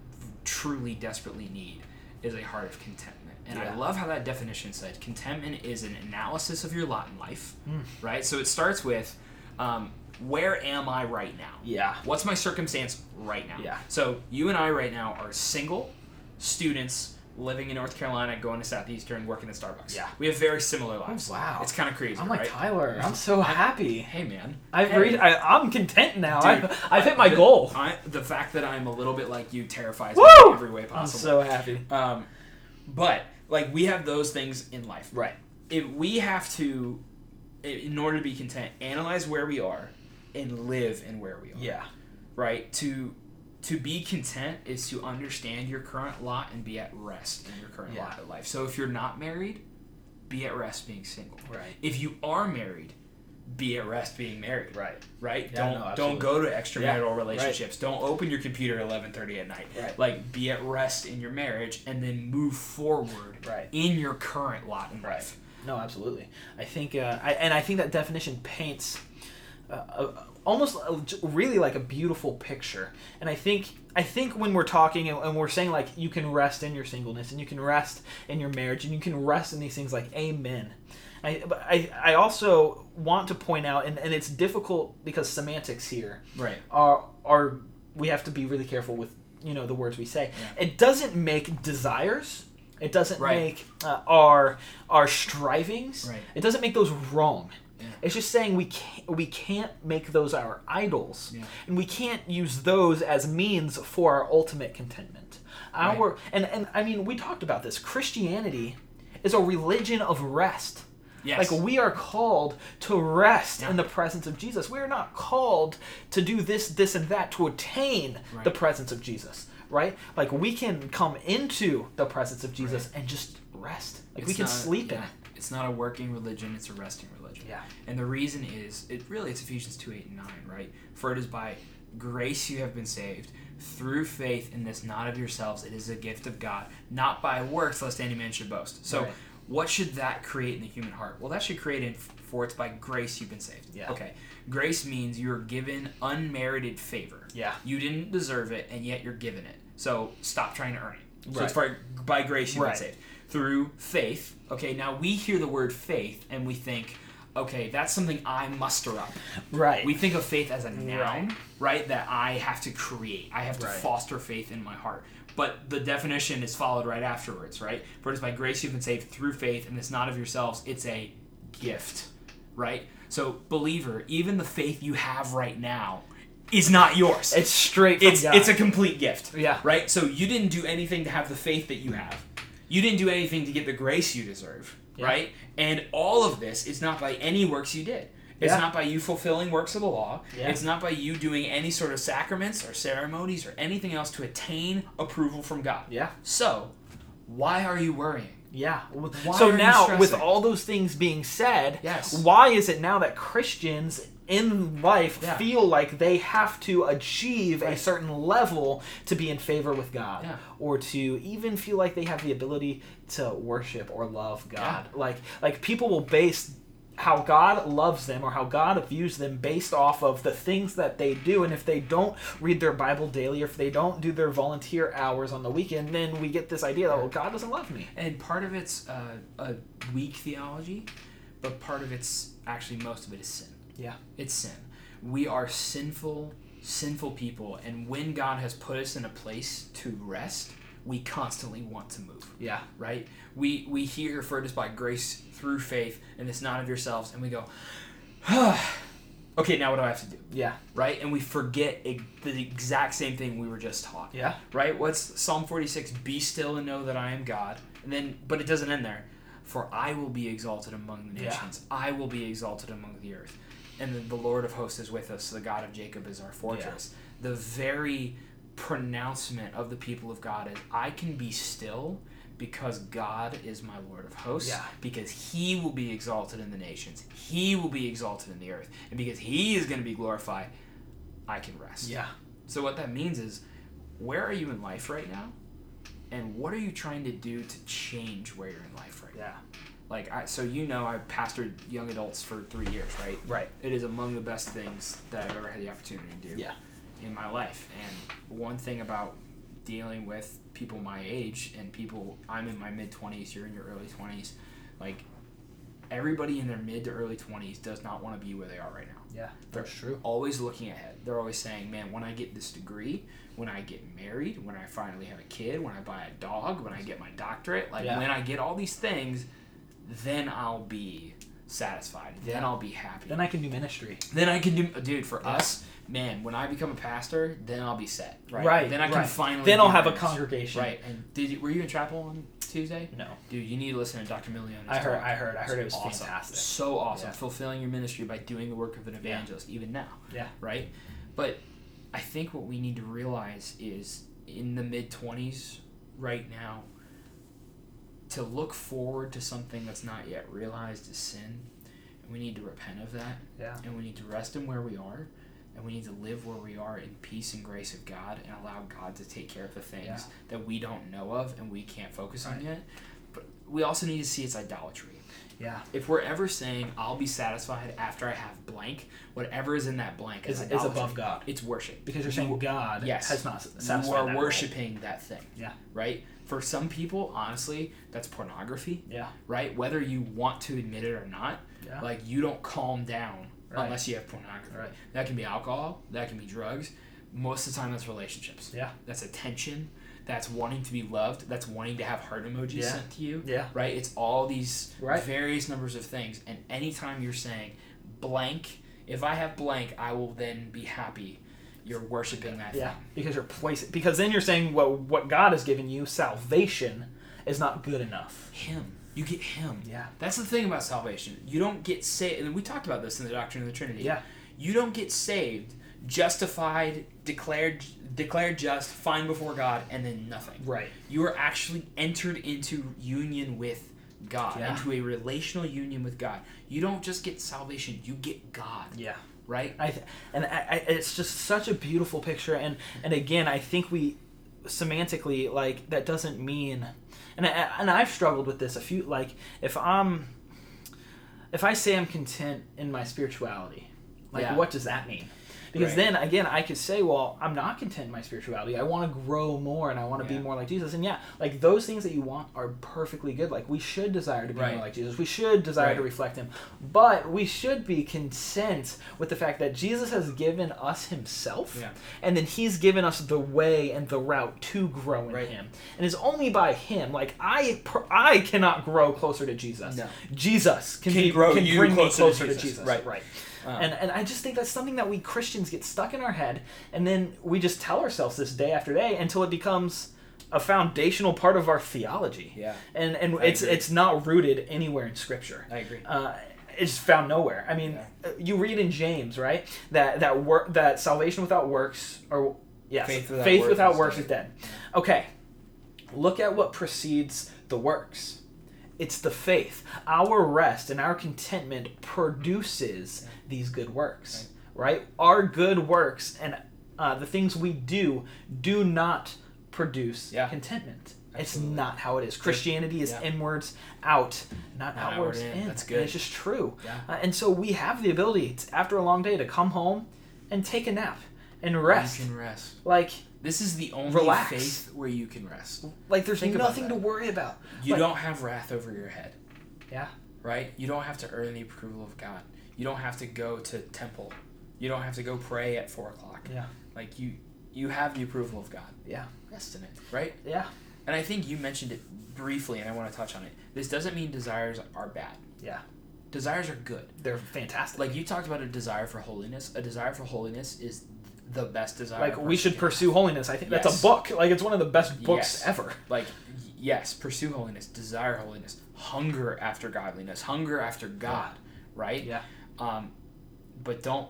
C: truly desperately need is a heart of contentment. And I
A: Yeah.
C: love how that definition said contentment is an analysis of your lot in life,
A: Hmm.
C: right? So it starts with um, where am I right now?
A: yeah,
C: What's my circumstance right now?
A: Yeah.
C: So you and I right now are single students living in North Carolina, going to Southeastern, working at Starbucks.
A: Yeah. Oh,
C: We have very similar lives.
A: wow.
C: It's kind of crazy,
A: I'm like
C: right?
A: Tyler. I'm so happy.
C: Hey, man.
A: I've
C: Hey.
A: read. I, I'm content now.
C: Dude,
A: I've, I've hit my
C: the-
A: goal.
C: I, the fact that I'm a little bit like you terrifies me
A: Woo!
C: in every way
A: I'm
C: possible.
A: so happy.
C: Um, but Like we have those things in life.
A: Right.
C: If we have to, i- in order to be content, analyze where we are, and live in where we are.
A: Yeah.
C: Right. To to be content is to understand your current lot and be at rest in your current
A: Yeah.
C: lot of life. So if you're not married, be at rest being single.
A: Right.
C: If you are married, be at rest being married.
A: Right.
C: Right.
A: Yeah,
C: don't
A: no,
C: don't
A: absolutely.
C: go to extramarital
A: Yeah,
C: relationships. Don't open your computer at eleven thirty at night.
A: Right.
C: Like be at rest in your marriage and then move forward
A: Right.
C: in your current lot in
A: Right.
C: life.
A: No, absolutely. I think, uh, I, and I think that definition paints uh, a, almost a- j- really like a beautiful picture. And I think, I think when we're talking and, and we're saying like you can rest in your singleness and you can rest in your marriage and you can rest in these things, like amen. I, but I, I also want to point out, and, and it's difficult because semantics here
C: Right.
A: are are we have to be really careful with you know the words we say. It doesn't make desires. It doesn't
C: Right.
A: make uh, our our strivings.
C: Right.
A: It doesn't make those wrong.
C: Yeah.
A: It's just saying we can't we can't make those our idols,
C: Yeah.
A: and we can't use those as means for our ultimate contentment. Our and and I mean we talked about this. Christianity is a religion of rest.
C: Yes.
A: Like we are called to rest
C: Yeah.
A: in the presence of Jesus. We are not called to do this, this, and that to attain
C: Right.
A: the presence of Jesus. Right? Like we can come into the presence of Jesus and just rest. Like we
C: It's
A: can
C: not-
A: sleep in
C: yeah.
A: it.
C: It's not a working religion, it's a resting religion.
A: Yeah.
C: And the reason is it really it's Ephesians two, eight, and nine, right? For it is by grace you have been saved, through faith in this not of yourselves, it is a gift of God, not by works, lest any man should boast. So
A: Right.
C: what should that create in the human heart? Well that should create in for it's by grace you've been saved.
A: Yeah.
C: Okay. Grace means you're given unmerited favor.
A: Yeah.
C: You didn't deserve it and yet you're given it. So stop trying to earn it. So it's by,
A: Right.
C: by grace you've
A: Right.
C: been saved through faith. Okay, now we hear the word faith and we think, okay, that's something I muster up.
A: Right.
C: We think of faith as a noun, right? that I have to create. I have to
A: Right.
C: foster faith in my heart. But the definition is followed right afterwards, right? For it is by grace you've been saved through faith, and it's not of yourselves, it's a gift, right? So, believer, even the faith you have right now is not yours
A: it's straight from
C: it's
A: God.
C: it's a complete gift.
A: Yeah.
C: Right. So you didn't do anything to have the faith that you have. You didn't do anything to get the grace you deserve.
A: Yeah.
C: Right. And all of this is not by any works you did. It's
A: Yeah.
C: not by you fulfilling works of the law.
A: Yeah.
C: It's not by you doing any sort of sacraments or ceremonies or anything else to attain approval from God.
A: Yeah.
C: So, why are you worrying?
A: Yeah. Well,
C: Why are
A: so
C: you
A: now, with
C: stressing?
A: all those things being said,
C: Yes.
A: why is it now that Christians in life
C: Yeah.
A: feel like they have to achieve a certain level to be in favor with God,
C: Yeah.
A: or to even feel like they have the ability to worship or love God? Like, like people will base how God loves them or how God views them based off of the things that they do. And if they don't read their Bible daily or if they don't do their volunteer hours on the weekend, then we get this idea that, well, God doesn't love me.
C: And part of it's uh, a weak theology, but part of it's actually most of it is sin.
A: Yeah.
C: It's sin. We are sinful, sinful people, and when God has put us in a place to rest, we constantly want to move.
A: Yeah.
C: Right? We we hear for it is by grace through faith, and it's not of yourselves, and we go, okay, now what do I have to do?
A: Yeah.
C: Right? And we forget e- the exact same thing we were just taught.
A: Yeah.
C: Right? What's Psalm 46? Be still and know that I am God. And then, but it doesn't end there. For I will be exalted among the
A: Yeah.
C: nations. I will be exalted among the earth. And then the Lord of hosts is with us. the God of Jacob is our fortress. The very pronouncement of the people of God is I can be still because God is my Lord of hosts.
A: Yeah.
C: Because he will be exalted in the nations. He will be exalted in the earth. And because he is going to be glorified, I can rest.
A: Yeah.
C: So what that means is, where are you in life right now, and what are you trying to do to change where you're in life right now?
A: Yeah.
C: Like, I, so you know, I've pastored young adults for three years, right?
A: Right.
C: It is among the best things that I've ever had the opportunity to do
A: Yeah.
C: in my life. And one thing about dealing with people my age and people, I'm in my mid 20s, you're in your early 20s, like everybody in their mid to early 20s does not want to be where they are right now.
A: Yeah. That's true.
C: Always looking ahead. They're always saying, man, when I get this degree, when I get married, when I finally have a kid, when I buy a dog, when I get my doctorate, like
A: Yeah.
C: when I get all these things, then I'll be satisfied. Then
A: Yeah.
C: I'll be happy
A: Then I can do ministry.
C: then I can do, dude. For us, man, when I become a pastor, then I'll be set. Right.
A: Right,
C: Then I can
A: right.
C: finally.
A: Then I'll
C: do
A: have a
C: things.
A: congregation.
C: Right. And did you, were you in chapel? On, next Tuesday?
A: No.
C: Dude, you need to listen to Dr. Milione.
A: I heard. I heard. I heard it was
C: awesome.
A: fantastic.
C: So awesome.
A: Yeah.
C: Fulfilling your ministry by doing the work of an evangelist, even now.
A: Yeah.
C: Right? But I think what we need to realize is in the mid 20s right now, to look forward to something that's not yet realized is sin. And we need to repent of that.
A: Yeah.
C: And we need to rest in where we are. And we need to live where we are in peace and grace of God and allow God to take care of the things
A: Yeah.
C: that we don't know of and we can't focus on yet. But we also need to see it's idolatry
A: Yeah.
C: if we're ever saying I'll be satisfied after I have blank, whatever is in that blank
A: Is
C: is,
A: is
C: idolatry.
A: above God
C: It's worship.
A: because you're saying God
C: Yes.
A: has not satisfied
C: you are
A: that
C: worshiping that thing.
A: Yeah.
C: Right. For some people, honestly, that's pornography.
A: goal. Yeah.
C: Right. Whether you want to admit it or not,
A: Yeah.
C: like you don't calm down
A: Right.
C: unless you have pornography.
A: Right.
C: That can be alcohol. That can be drugs. Most of the time, that's relationships.
A: Yeah.
C: That's attention. That's wanting to be loved. That's wanting to have heart emojis
A: Yeah.
C: sent to you
A: Yeah.
C: right? It's all these
A: Right.
C: various numbers of things. And anytime you're saying blank, if I have blank, I will then be happy. You're worshiping that
A: Yeah.
C: thing.
A: Because you're placing. Because then you're saying what what God has given you, salvation, is not good enough.
C: Him. You get him.
A: Yeah.
C: That's the thing about salvation. You don't get saved. And we talked about this in the Doctrine of the Trinity.
A: Yeah.
C: You don't get saved, justified, declared declared just, fine before God, and then nothing.
A: Right.
C: you are actually entered into union with God,
A: Yeah.
C: into a relational union with God. You don't just get salvation, you get God,
A: Yeah.
C: right?
A: I th- and I, I, it's just such a beautiful picture. And and again, I think we semantically like that doesn't mean. And I, and I've struggled with this a few. Like if I'm, if I say I'm content in my spirituality, like
C: Yeah.
A: what does that mean? Because
C: Right.
A: then again, I could say, well, I'm not content in my spirituality. I want to grow more, and I want to
C: Yeah.
A: be more like Jesus. And yeah, like those things that you want are perfectly good. Like we should desire to be
C: Right.
A: more like Jesus. We should desire to
C: Right.
A: reflect Him, but we should be content with the fact that Jesus has given us Himself,
C: Yeah.
A: and then He's given us the way and the route to grow in
C: Right.
A: Him. And it's only by Him, like I, per- I cannot grow closer to Jesus.
C: No.
A: Jesus can,
C: Can
A: be-
C: grow
A: can
C: you
A: bring
C: closer to
A: me closer to
C: Jesus.
A: Jesus.
C: Right.
A: right.
C: Um,
A: And and I just think that's something that we Christians get stuck in our head, and then we just tell ourselves this day after day until it becomes a foundational part of our theology.
C: Yeah.
A: And and it's
C: agree.
A: it's not rooted anywhere in Scripture.
C: I agree.
A: Uh, it's found nowhere. I mean,
C: Yeah.
A: uh, you read in James, right? That that work that salvation without works or yes,
C: Faith without
A: faith
C: works
A: without
C: is
A: works
C: dead.
A: is dead. Okay. Look at what precedes the works. It's the faith. Our rest and our contentment produces these good works, right? Our good works and uh, the things we do do not produce
C: Yeah.
A: contentment.
C: Absolutely.
A: It's not how it is. Christianity is
C: Yeah.
A: inwards out, not
C: Not
A: outwards
C: outward in.
A: in.
C: That's
A: And
C: good.
A: it's just true.
C: Yeah.
A: Uh, and so we have the ability to, after a long day to come home and take a nap and rest.
C: You can rest.
A: Like
C: This is the only
A: Relax.
C: faith where you can rest.
A: like there's
C: Think about
A: nothing
C: that.
A: to worry about.
C: You
A: Like-
C: don't have wrath over your head,
A: Yeah.
C: right? You don't have to earn the approval of God. You don't have to go to temple. You don't have to go pray at four o'clock.
A: Yeah.
C: Like you, you have the approval of God.
A: Yeah.
C: Rest in it, right?
A: Yeah.
C: And I think you mentioned it briefly, and I want to touch on it. This doesn't mean desires are bad.
A: Yeah.
C: Desires are good.
A: They're fantastic.
C: Like you talked about a desire for holiness. A desire for holiness is the best desire.
A: like
C: a
A: we
C: person
A: should
C: can
A: pursue holiness. I think that's
C: Yes.
A: a book. Like it's one of the best books
C: Yes.
A: ever.
C: have. Like y- yes, pursue holiness, desire holiness, hunger after godliness, hunger after God, right?
A: Yeah.
C: Um, but don't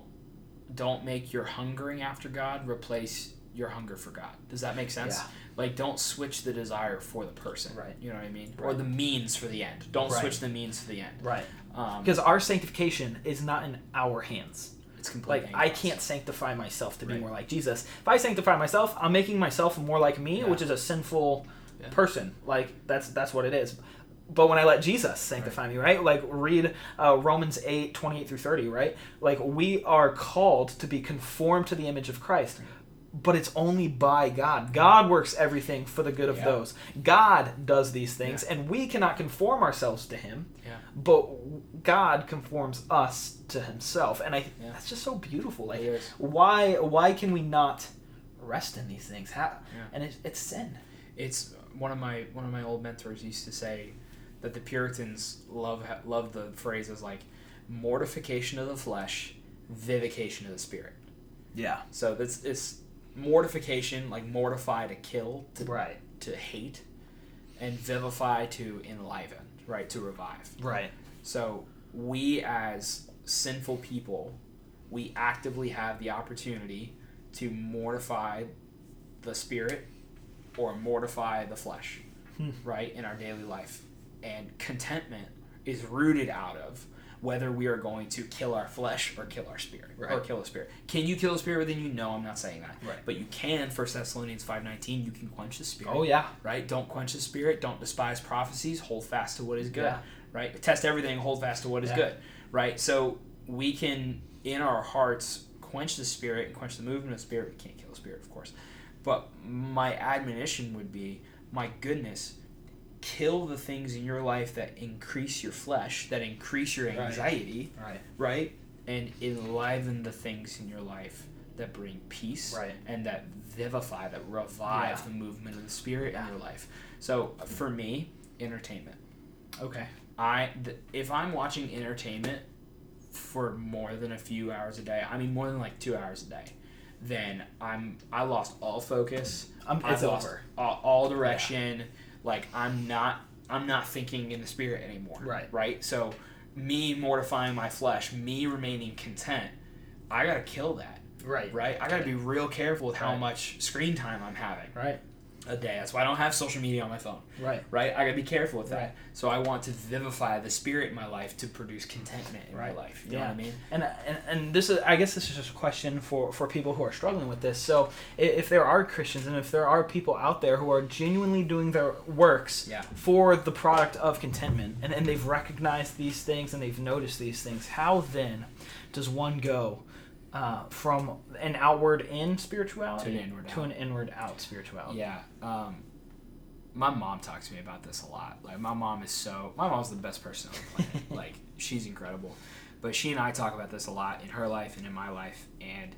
C: don't make your hungering after God replace your hunger for God. Does that make sense?
A: Yeah.
C: Like don't switch the desire for the person.
A: Right.
C: You know what I mean? Or
A: Right.
C: the means for the end. Don't
A: Right.
C: switch the means for the end.
A: Right.
C: Um,
A: Because our sanctification is not in our hands.
C: it's completely
A: Like I
C: anglophobic.
A: can't sanctify myself to be
C: Right.
A: more like Jesus. If I sanctify myself, I'm making myself more like me,
C: Yeah.
A: which is a sinful
C: Yeah.
A: person. Like that's that's what it is. But when I let Jesus sanctify me, right? Like read uh, Romans 8, 28 through 30, right? Like we are called to be conformed to the image of Christ. But it's only by God. God works everything for the good of
C: Yeah.
A: those. God does these things, and we cannot conform ourselves to Him
C: Yeah.
A: but God conforms us to Himself, and I
C: Yeah.
A: that's just so beautiful. Like,
C: It is.
A: why why can we not rest in these things? How,
C: Yeah.
A: And it's it's sin.
C: it's one of my one of my old mentors used to say that the Puritans love love the phrases like mortification of the flesh, vivication of the spirit.
A: Yeah.
C: So that's it's mortification like mortify to kill to
A: Right.
C: to hate, and vivify to enliven, right? To revive.
A: Right.
C: So we as sinful people, we actively have the opportunity to mortify the spirit or mortify the flesh,
A: Hmm.
C: right? In our daily life. And contentment is rooted out of whether we are going to kill our flesh or kill our spirit or
A: Right.
C: kill a spirit. Can you kill a spirit within you? No, I'm not saying that.
A: Right.
C: But you can, First Thessalonians 5.19, you can quench the spirit
A: Oh yeah.
C: right? Don't quench the spirit. Don't despise prophecies. Hold fast to what is good,
A: Yeah.
C: right? Test everything. Hold fast to what is
A: Yeah.
C: good, right? So we can, in our hearts, quench the spirit and quench the movement of spirit. We can't kill the spirit, of course. But my admonition would be, my goodness, kill the things in your life that increase your flesh, that increase your
A: Right.
C: anxiety,
A: Right.
C: right? And enliven the things in your life that bring peace
A: Right.
C: and that vivify, that revive
A: Yeah.
C: the movement of the spirit in
A: Yeah.
C: your life. So uh, for me, entertainment.
A: Okay.
C: I th- if I'm watching entertainment for more than a few hours a day, I mean more than like two hours a day, then I'm I lost all focus.
A: Um,
C: I
A: it's
C: lost
A: over.
C: All, all direction. Like I'm not I'm not thinking in the spirit anymore.
A: Right.
C: Right. So me mortifying my flesh, me remaining content, I gotta kill that.
A: Right.
C: Right. I gotta be real careful with how
A: Right.
C: much screen time I'm having
A: Right.
C: a day. That's why I don't have social media on my phone
A: Right.
C: right? I gotta be careful with that.
A: Right.
C: So I want to vivify the spirit in my life to produce contentment in
A: Right.
C: my life. You know what I mean?
A: And, and and this is I guess this is just a question for for people who are struggling with this. So i- if there are Christians and if there are people out there who are genuinely doing their works
C: Yeah.
A: for the product of contentment and, and they've recognized these things and they've noticed these things, how then does one go uh, from an outward in spirituality
C: To an inward
A: to
C: out.
A: an inward out spirituality?
C: Yeah. Um, my mom talks to me about this a lot. Like my mom is so my mom's the best person on the planet. like she's incredible. But she and I talk about this a lot in her life and in my life. And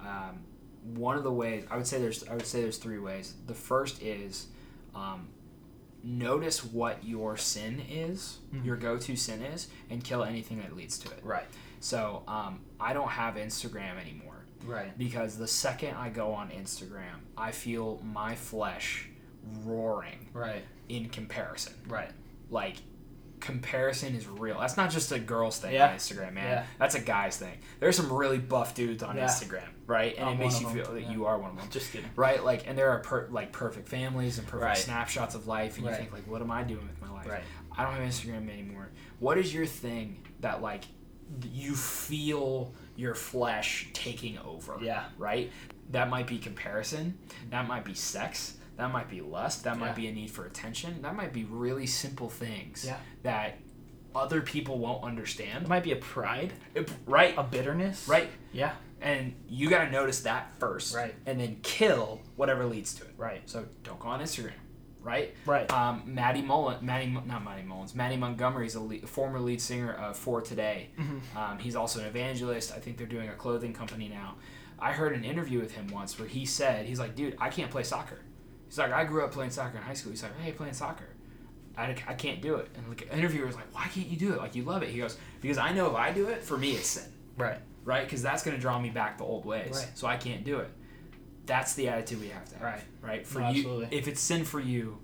C: um, one of the ways I would say there's I would say there's three ways. The first is um, notice what your sin is, your
A: Mm-hmm.
C: go-to sin is, and kill anything that leads to it.
A: Right.
C: So um, I don't have Instagram anymore
A: Right.
C: because the second I go on Instagram, I feel my flesh roaring
A: Right.
C: in comparison.
A: Right.
C: Like, comparison is real. That's not just a girl's thing
A: Yeah.
C: on Instagram, man.
A: Yeah.
C: That's a guy's thing. There's some really buff dudes on
A: Yeah.
C: Instagram, right? And
A: I'm
C: it makes
A: one
C: you
A: of
C: feel
A: them,
C: that
A: yeah.
C: you are one of them
A: Just kidding.
C: right? Like, and there are per- like perfect families and perfect
A: Right.
C: snapshots of life, and you
A: Right.
C: think like, what am I doing with my life?
A: Right.
C: I don't have Instagram anymore. What is your thing that like th- you feel your flesh taking over?
A: Yeah.
C: Right. That might be comparison. That might be sex. That might be lust. That
A: Yeah.
C: might be a need for attention. That might be really simple things
A: Yeah.
C: that other people won't understand.
A: It might be a pride,
C: It- right.
A: a bitterness.
C: Right.
A: Yeah.
C: And you got to notice that first.
A: Right.
C: And then kill whatever leads to it.
A: Right.
C: So don't go on Instagram, right?
A: Right.
C: Um, Maddie Mullen, Maddie, Mu- not Maddie Mullins, Maddie Montgomery is a le- former lead singer of For Today.
A: Mm-hmm.
C: Um, he's also an evangelist. I think they're doing a clothing company now. I heard an interview with him once where he said, he's like, dude, I can't play soccer. He's like, I grew up playing soccer in high school. He's like, hey, playing soccer. I, I can't do it. And like, the interviewer was like, why can't you do it? Like, you love it. He goes, because I know if I do it, for me, it's sin
A: Right.
C: right? Because that's going to draw me back the old ways.
A: Right.
C: So I can't do it. That's the attitude we have to have.
A: Right.
C: Right. For
A: No,
C: you,
A: absolutely.
C: if it's sin for you,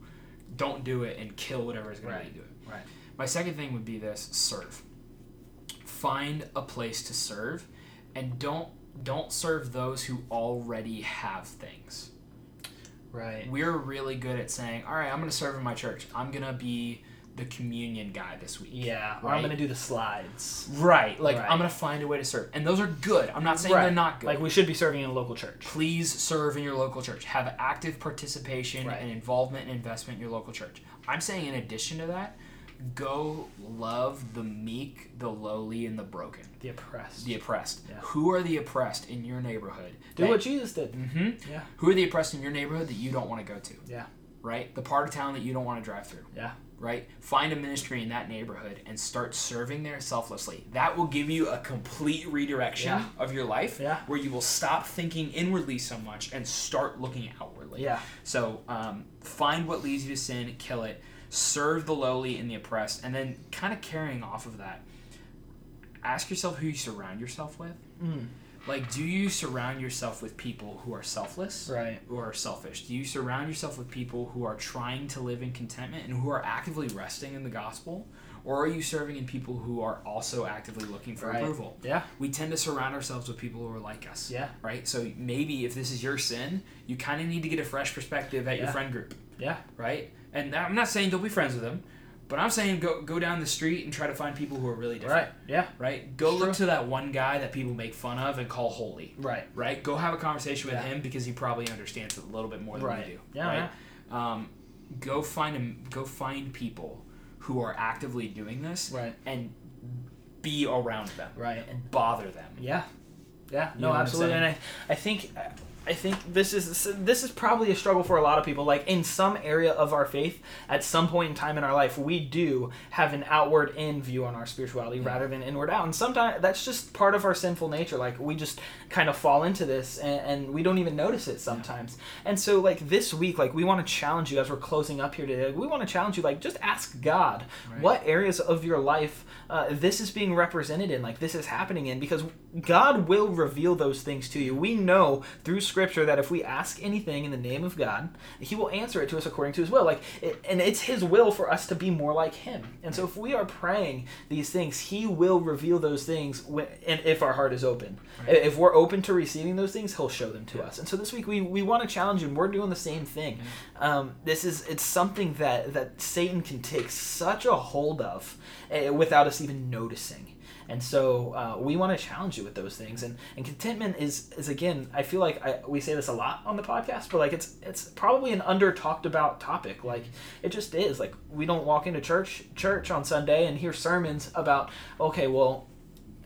C: don't do it and kill whatever is going
A: Right.
C: to lead to it.
A: Right.
C: My second thing would be this: serve. Find a place to serve, and don't don't serve those who already have things
A: Right.
C: we're really good at saying, all right, I'm going to serve in my church. I'm going to be the communion guy this week.
A: Yeah, or
C: Right?
A: I'm gonna do the slides.
C: Right. Like,
A: Right.
C: I'm going to find a way to serve. And those are good. I'm not saying they're not good.
A: Like we should be serving in a local church.
C: please serve in your local church. Have active participation
A: Right.
C: and involvement and investment in your local church. I'm saying, in addition to that, go love the meek, the lowly, and the broken,
A: The oppressed.
C: the oppressed.
A: Yeah.
C: Who are the oppressed in your neighborhood?
A: do what Jesus did.
C: hmm
A: Yeah.
C: Who are the oppressed in your neighborhood that you don't want to go to?
A: Yeah.
C: Right? The part of town that you don't want to drive through
A: Yeah.
C: right? Find a ministry in that neighborhood and start serving there selflessly. That will give you a complete redirection
A: Yeah.
C: of your life
A: Yeah.
C: where you will stop thinking inwardly so much and start looking outwardly.
A: Yeah.
C: So um, find what leads you to sin, kill it, serve the lowly and the oppressed, and then
A: Mm.
C: kind of carrying off of that, ask yourself who you surround yourself with. Like, do you surround yourself with people who are selfless?
A: Right.
C: Who are selfish? Do you surround yourself with people who are trying to live in contentment and who are actively resting in the gospel? Or are you serving in people who are also actively looking for
A: Right.
C: approval?
A: Yeah.
C: We tend to surround ourselves with people who are like us.
A: Yeah.
C: Right? So maybe if this is your sin, you kind of need to get a fresh perspective at your
A: Yeah.
C: friend group
A: Yeah.
C: right? And I'm not saying don't be friends with them, but I'm saying go go down the street and try to find people who are really different.
A: Right. Yeah.
C: Right? Go look
A: Sure.
C: to that one guy that people make fun of and call holy.
A: Right.
C: Right? Go have a conversation with
A: Yeah.
C: him because he probably understands it a little bit more than
A: Right.
C: you do.
A: Yeah,
C: Right. Um, go find him. Go find people who are actively doing this.
A: Right.
C: And be around them.
A: Right.
C: And bother them.
A: Yeah, yeah,
C: know
A: no,
C: what I'm
A: absolutely. And I, I think, I think this is this is probably a struggle for a lot of people. Like in some area of our faith, at some point in time in our life, we do have an outward in view on our spirituality rather than inward out. And sometimes that's just part of our sinful nature. Like we just kind of fall into this, and, and we don't even notice it sometimes. And so, like this week, like we want to challenge you as we're closing up here today. We want to challenge you, like just ask God what areas of your life uh, this is being represented in, like this is happening in, because God will reveal those things to you. We know through Scripture that if we ask anything in the name of God, He will answer it to us according to His will. Like, it, and it's His will for us to be more like Him. And so, if we are praying these things, He will reveal those things. When, and if our heart is open, if we're open to receiving those things, He'll show them to us. And so, this week we we want to challenge you. and We're doing the same thing. Um, this is it's something that that Satan can take such a hold of eh, without us even noticing. And so uh, we want to challenge you with those things. And, and contentment is is again, I feel like I, we say this a lot on the podcast, but like it's it's probably an under talked about topic. Like it just is. Like we don't walk into church church on Sunday and hear sermons about okay, well.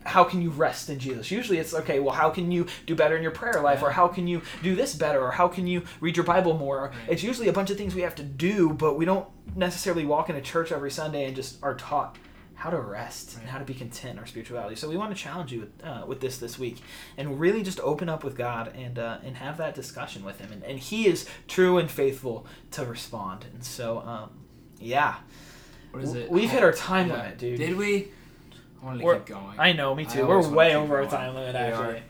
A: How can you rest in Jesus? Usually it's okay, well, how can you do better in your prayer life? Or how can you do this better? Or how can you read your Bible more? It's usually a bunch of things we have to do, but we don't necessarily walk into church every Sunday and just are taught how to rest and how to be content in our spirituality. So we want to challenge you with, uh, with this this week, and really just open up with God and uh, and have that discussion with Him, and, and He is true and faithful to respond. And so, um, yeah,
C: What is it?
A: we've hit our time
C: Yeah.
A: limit, dude.
C: Did we? I wanted to
A: We're-
C: keep going.
A: I know, me
C: I
A: too.
C: always
A: We're
C: wanna
A: way
C: keep
A: over our
C: going.
A: time limit,
C: We are.
A: actually.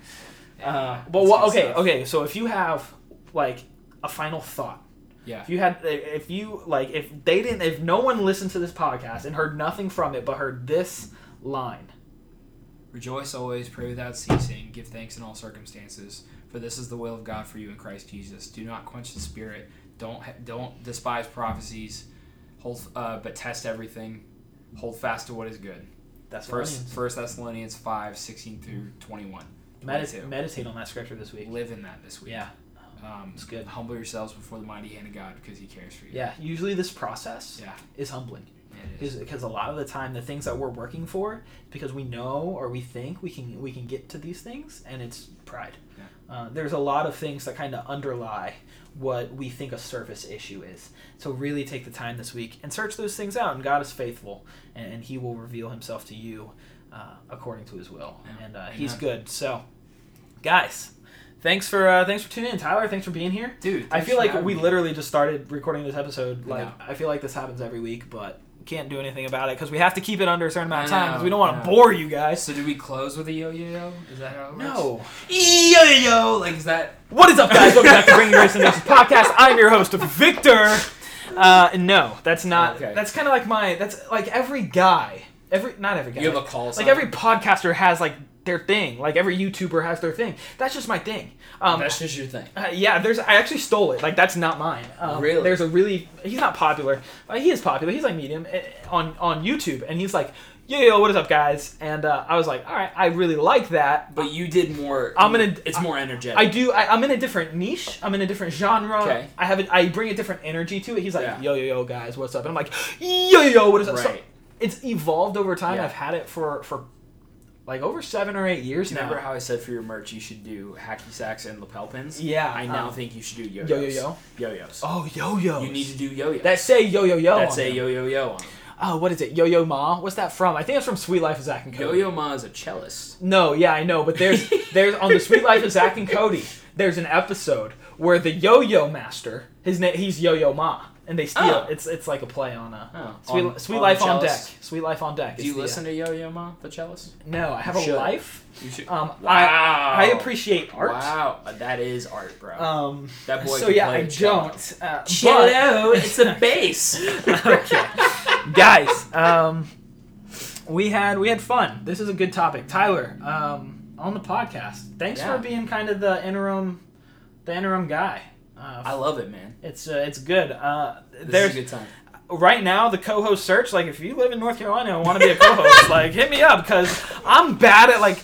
A: Uh, but
C: That's
A: what?
C: good
A: Okay,
C: stuff.
A: okay. So if you have like a final thought.
C: Yeah.
A: If you had, if you like, if they didn't, if no one listened to this podcast and heard nothing from it but heard this line,
C: Rejoice always, pray without ceasing, give thanks in all circumstances, for this is the will of God for you in Christ Jesus. Do not quench the spirit, don't ha- don't despise prophecies, hold uh, but test everything, hold fast to what is good.
A: that's what
C: First
A: First,
C: First Thessalonians 5, 16 through 21.
A: medit-
C: 22.
A: meditate on that scripture this week.
C: Live in that this week.
A: Yeah,
C: Um,
A: It's good.
C: Humble yourselves before the mighty hand of God because he cares for you.
A: yeah. Usually, this process
C: Yeah.
A: is humbling
C: It is.
A: because a lot of the time, the things that we're working for, because we know or we think we can we can get to these things, and it's pride.
C: Yeah.
A: Uh, there's a lot of things that kind of underlie what we think a surface issue is. So really take the time this week and search those things out. And God is faithful, and, and He will reveal Himself to you uh, according to His will,
C: Yeah.
A: and uh, He's
C: Amen.
A: good. So, guys. Thanks for uh, thanks for tuning in, Tyler. Thanks for being here.
C: Dude,
A: I
C: thanks
A: feel
C: for
A: like
C: having
A: we
C: me.
A: literally just started recording this episode. Like
C: know.
A: I feel like this happens every week, but can't do anything about it because we have to keep it under a certain amount of
C: I
A: time because we
C: know,
A: don't want
C: I
A: to
C: know.
A: bore you guys.
C: So do we close with a yo-yo? Is that how it works?
A: No.
C: Yo-yo! Like, is that...
A: What is up, guys? Welcome back to Bringing Grace to the Nations podcast. I'm your host, Victor. Uh, no, that's not.
C: Okay.
A: That's kind of like my. That's like every guy. Every not every guy.
C: You have a call sign?
A: Like every podcaster has like their thing. Like every YouTuber has their thing. That's just my thing. Um,
C: That's just your thing.
A: uh, yeah, there's. I actually stole it. Like that's not mine. Um,
C: Really?
A: There's a really. He's not popular. Uh, he is popular. He's like medium eh, on on YouTube, and he's like, yo, yo, what is up, guys? And uh, I was like, all right, I really like that.
C: But you did more.
A: I'm gonna-
C: It's more energetic.
A: I do. I, I'm in a different niche. I'm in a different genre.
C: Okay.
A: I have. A, I bring a different energy to it. He's like,
C: Yeah.
A: yo, yo, yo, guys, what's up? And I'm like, yo, yo, yo, what is up? So
C: Right.
A: it's evolved over time.
C: Yeah.
A: I've had it for for like over seven or eight years now.
C: Remember how I said for your merch you should do hacky sacks and lapel pins?
A: Yeah,
C: I now
A: um,
C: think you should do yo-yos.
A: yo-yo-yo?
C: Yo-yos.
A: oh, yo, yo.
C: You need to do yo-yos.
A: that say yo, yo, yo.
C: That
A: on
C: say
A: them.
C: yo-yo-yo on them.
A: Oh, what is it? Yo, yo, ma. What's that from? I think it's from Sweet Life of Zach and Cody.
C: Yo-Yo Ma is a cellist.
A: No, yeah, I know, but there's there's on the Sweet Life of Zach and Cody. There's an episode where the Yo-Yo Master, his name, he's Yo-Yo Ma, and and they steal.
C: Oh.
A: It's it's like a play on a
C: Oh,
A: Sweet,
C: on-
A: Sweet
C: on
A: Life on Deck.
C: Cellist.
A: Sweet Life on Deck.
C: Do
A: is
C: you
A: the, uh,
C: listen to Yo Yo Ma, the cellist?
A: No, I have a
C: Should.
A: life.
C: You should.
A: Um,
C: Wow.
A: I I appreciate art.
C: Wow, that is art, bro.
A: Um,
C: That boy
A: so
C: can
A: yeah,
C: play
A: I
C: the cello.
A: don't. Uh,
C: Cello, it's a bass.
A: but- okay, guys. Um, we had we had fun. This is a good topic, Tyler. Um, on the podcast. Thanks
C: Yeah.
A: for being kind of the interim, the interim guy. Uh,
C: I love it, man.
A: it's uh, it's good. Uh,
C: This
A: there's
C: is a good time.
A: right now the co-host search like if you live in north carolina and want to be a co-host like hit me up because i'm bad at like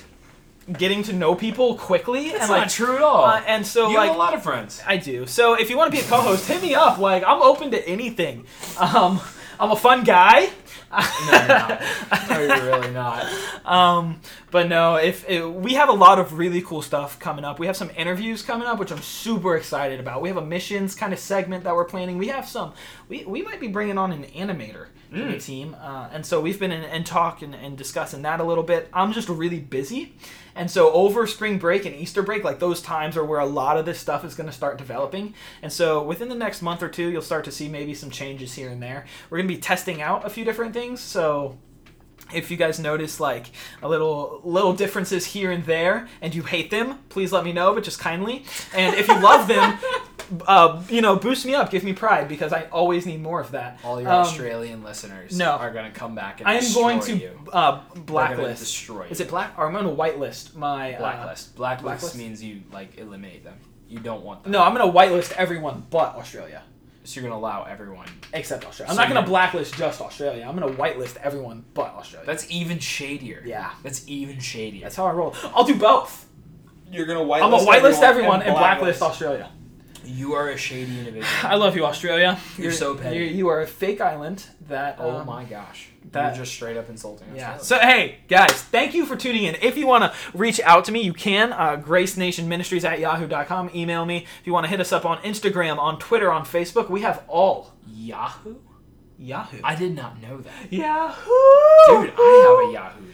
A: getting to know people quickly
C: That's
A: and
C: not
A: like
C: true at all.
A: uh, and so
C: you
A: like
C: have a lot of friends.
A: i do so if you want to be a co-host hit me up like i'm open to anything um i'm a fun guy
C: No, you're not. No, you're really not.
A: um but no if, if we have a lot of really cool stuff coming up we have some interviews coming up which i'm super excited about we have a missions kind of segment that we're planning we have some we, we might be bringing on an animator to the team uh, and so we've been in, in talk and, and discussing that a little bit i'm just really busy and so over spring break and easter break like those times are where a lot of this stuff is going to start developing and so within the next month or two you'll start to see maybe some changes here and there we're going to be testing out a few different things so if you guys notice like a little little differences here and there and you hate them please let me know but just kindly and if you love them uh, you know boost me up give me pride because i always need more of that
C: All your
A: Um,
C: Australian listeners
A: no.
C: are gonna come back and
A: i am going
C: destroy
A: to
C: you.
A: uh,
C: They're gonna
A: blacklist
C: Destroy you.
A: is it black or i'm going to whitelist my uh,
C: blacklist? blacklist?
A: blacklist?
C: means you like eliminate them. You don't want them.
A: no i'm going to whitelist everyone but australia
C: So you're gonna allow everyone.
A: except australia i'm
C: So
A: not going
C: you're-
A: to blacklist just australia i'm going to whitelist everyone but australia
C: That's even shadier.
A: Yeah.
C: That's even shadier.
A: that's how i roll i'll do both
C: you're gonna whitelist.
A: i'm going to whitelist everyone and blacklist australia
C: You are a shady individual.
A: I love you, Australia.
C: You're so petty.
A: You, you are a fake island that.
C: oh
A: um,
C: my gosh.
A: that-
C: You're just straight up insulting.
A: Yeah.
C: Australia.
A: So hey, guys, thank you for tuning in. If you want to reach out to me, you can. Uh, Grace Nation Ministries at yahoo.com. Email me. If you want to hit us up on Instagram, on Twitter, on Facebook, we have all
C: Yahoo?
A: Yahoo.
C: I did not know that.
A: Yahoo.
C: Dude, I have a Yahoo email.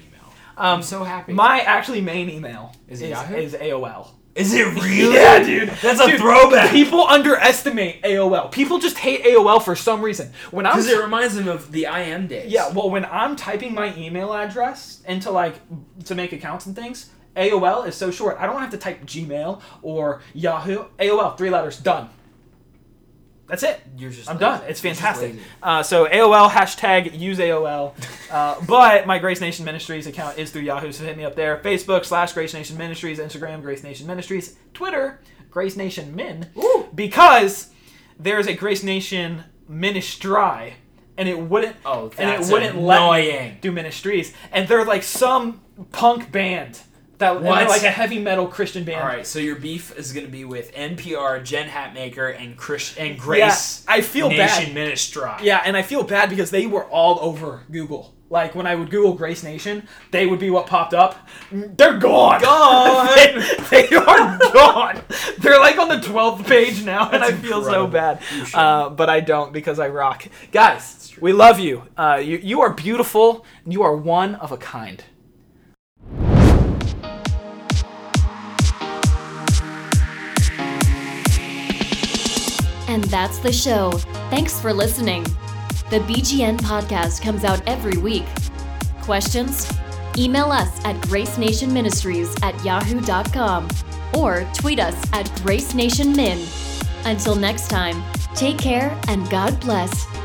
A: Um,
C: I'm so happy.
A: my actually main email is
C: Is it
A: is,
C: Yahoo?
A: AOL.
C: Is it really? That's a
A: Dude,
C: throwback.
A: People underestimate AOL. People just hate AOL for some reason. When I was
C: Because it reminds them of the IM days.
A: Yeah, well, when I'm typing my email address into like to make accounts and things, AOL is so short. I don't have to type Gmail or Yahoo. AOL, three letters, done. That's it.
C: You're just
A: I'm
C: lazy.
A: done. It's
C: You're just
A: fantastic.
C: lazy.
A: Uh, so AOL hashtag use AOL. Uh, but my Grace Nation Ministries account is through Yahoo, so hit me up there. Facebook slash Grace Nation Ministries, Instagram Grace Nation Ministries, Twitter Grace Nation Min,
C: Ooh.
A: because there is a Grace Nation Ministry, and it wouldn't
C: Oh, that's
A: and it wouldn't let
C: annoying.
A: me do ministries, and they're like some punk band that and they're
C: What?
A: like a heavy metal Christian band.
C: All right, so your beef is going to be with NPR, Jen Hatmaker, and Chris and
A: Yeah,
C: Grace
A: I feel bad.
C: Nation Ministry.
A: Yeah, and I feel bad because they were all over Google. Like when I would Google Grace Nation, they would be what popped up. They're gone.
C: Gone.
A: they, they are gone. They're like on the twelfth page now, and I feel
C: incredible.
A: so bad.
C: You should.
A: Uh, but I don't because I rock, guys. We love you. Uh, you. You are beautiful. and You are one of a kind.
B: And that's the show. Thanks for listening. The BGN podcast comes out every week. Questions? Email us at gracenationministries at yahoo.com or tweet us at gracenationmin. Until next time, take care and God bless.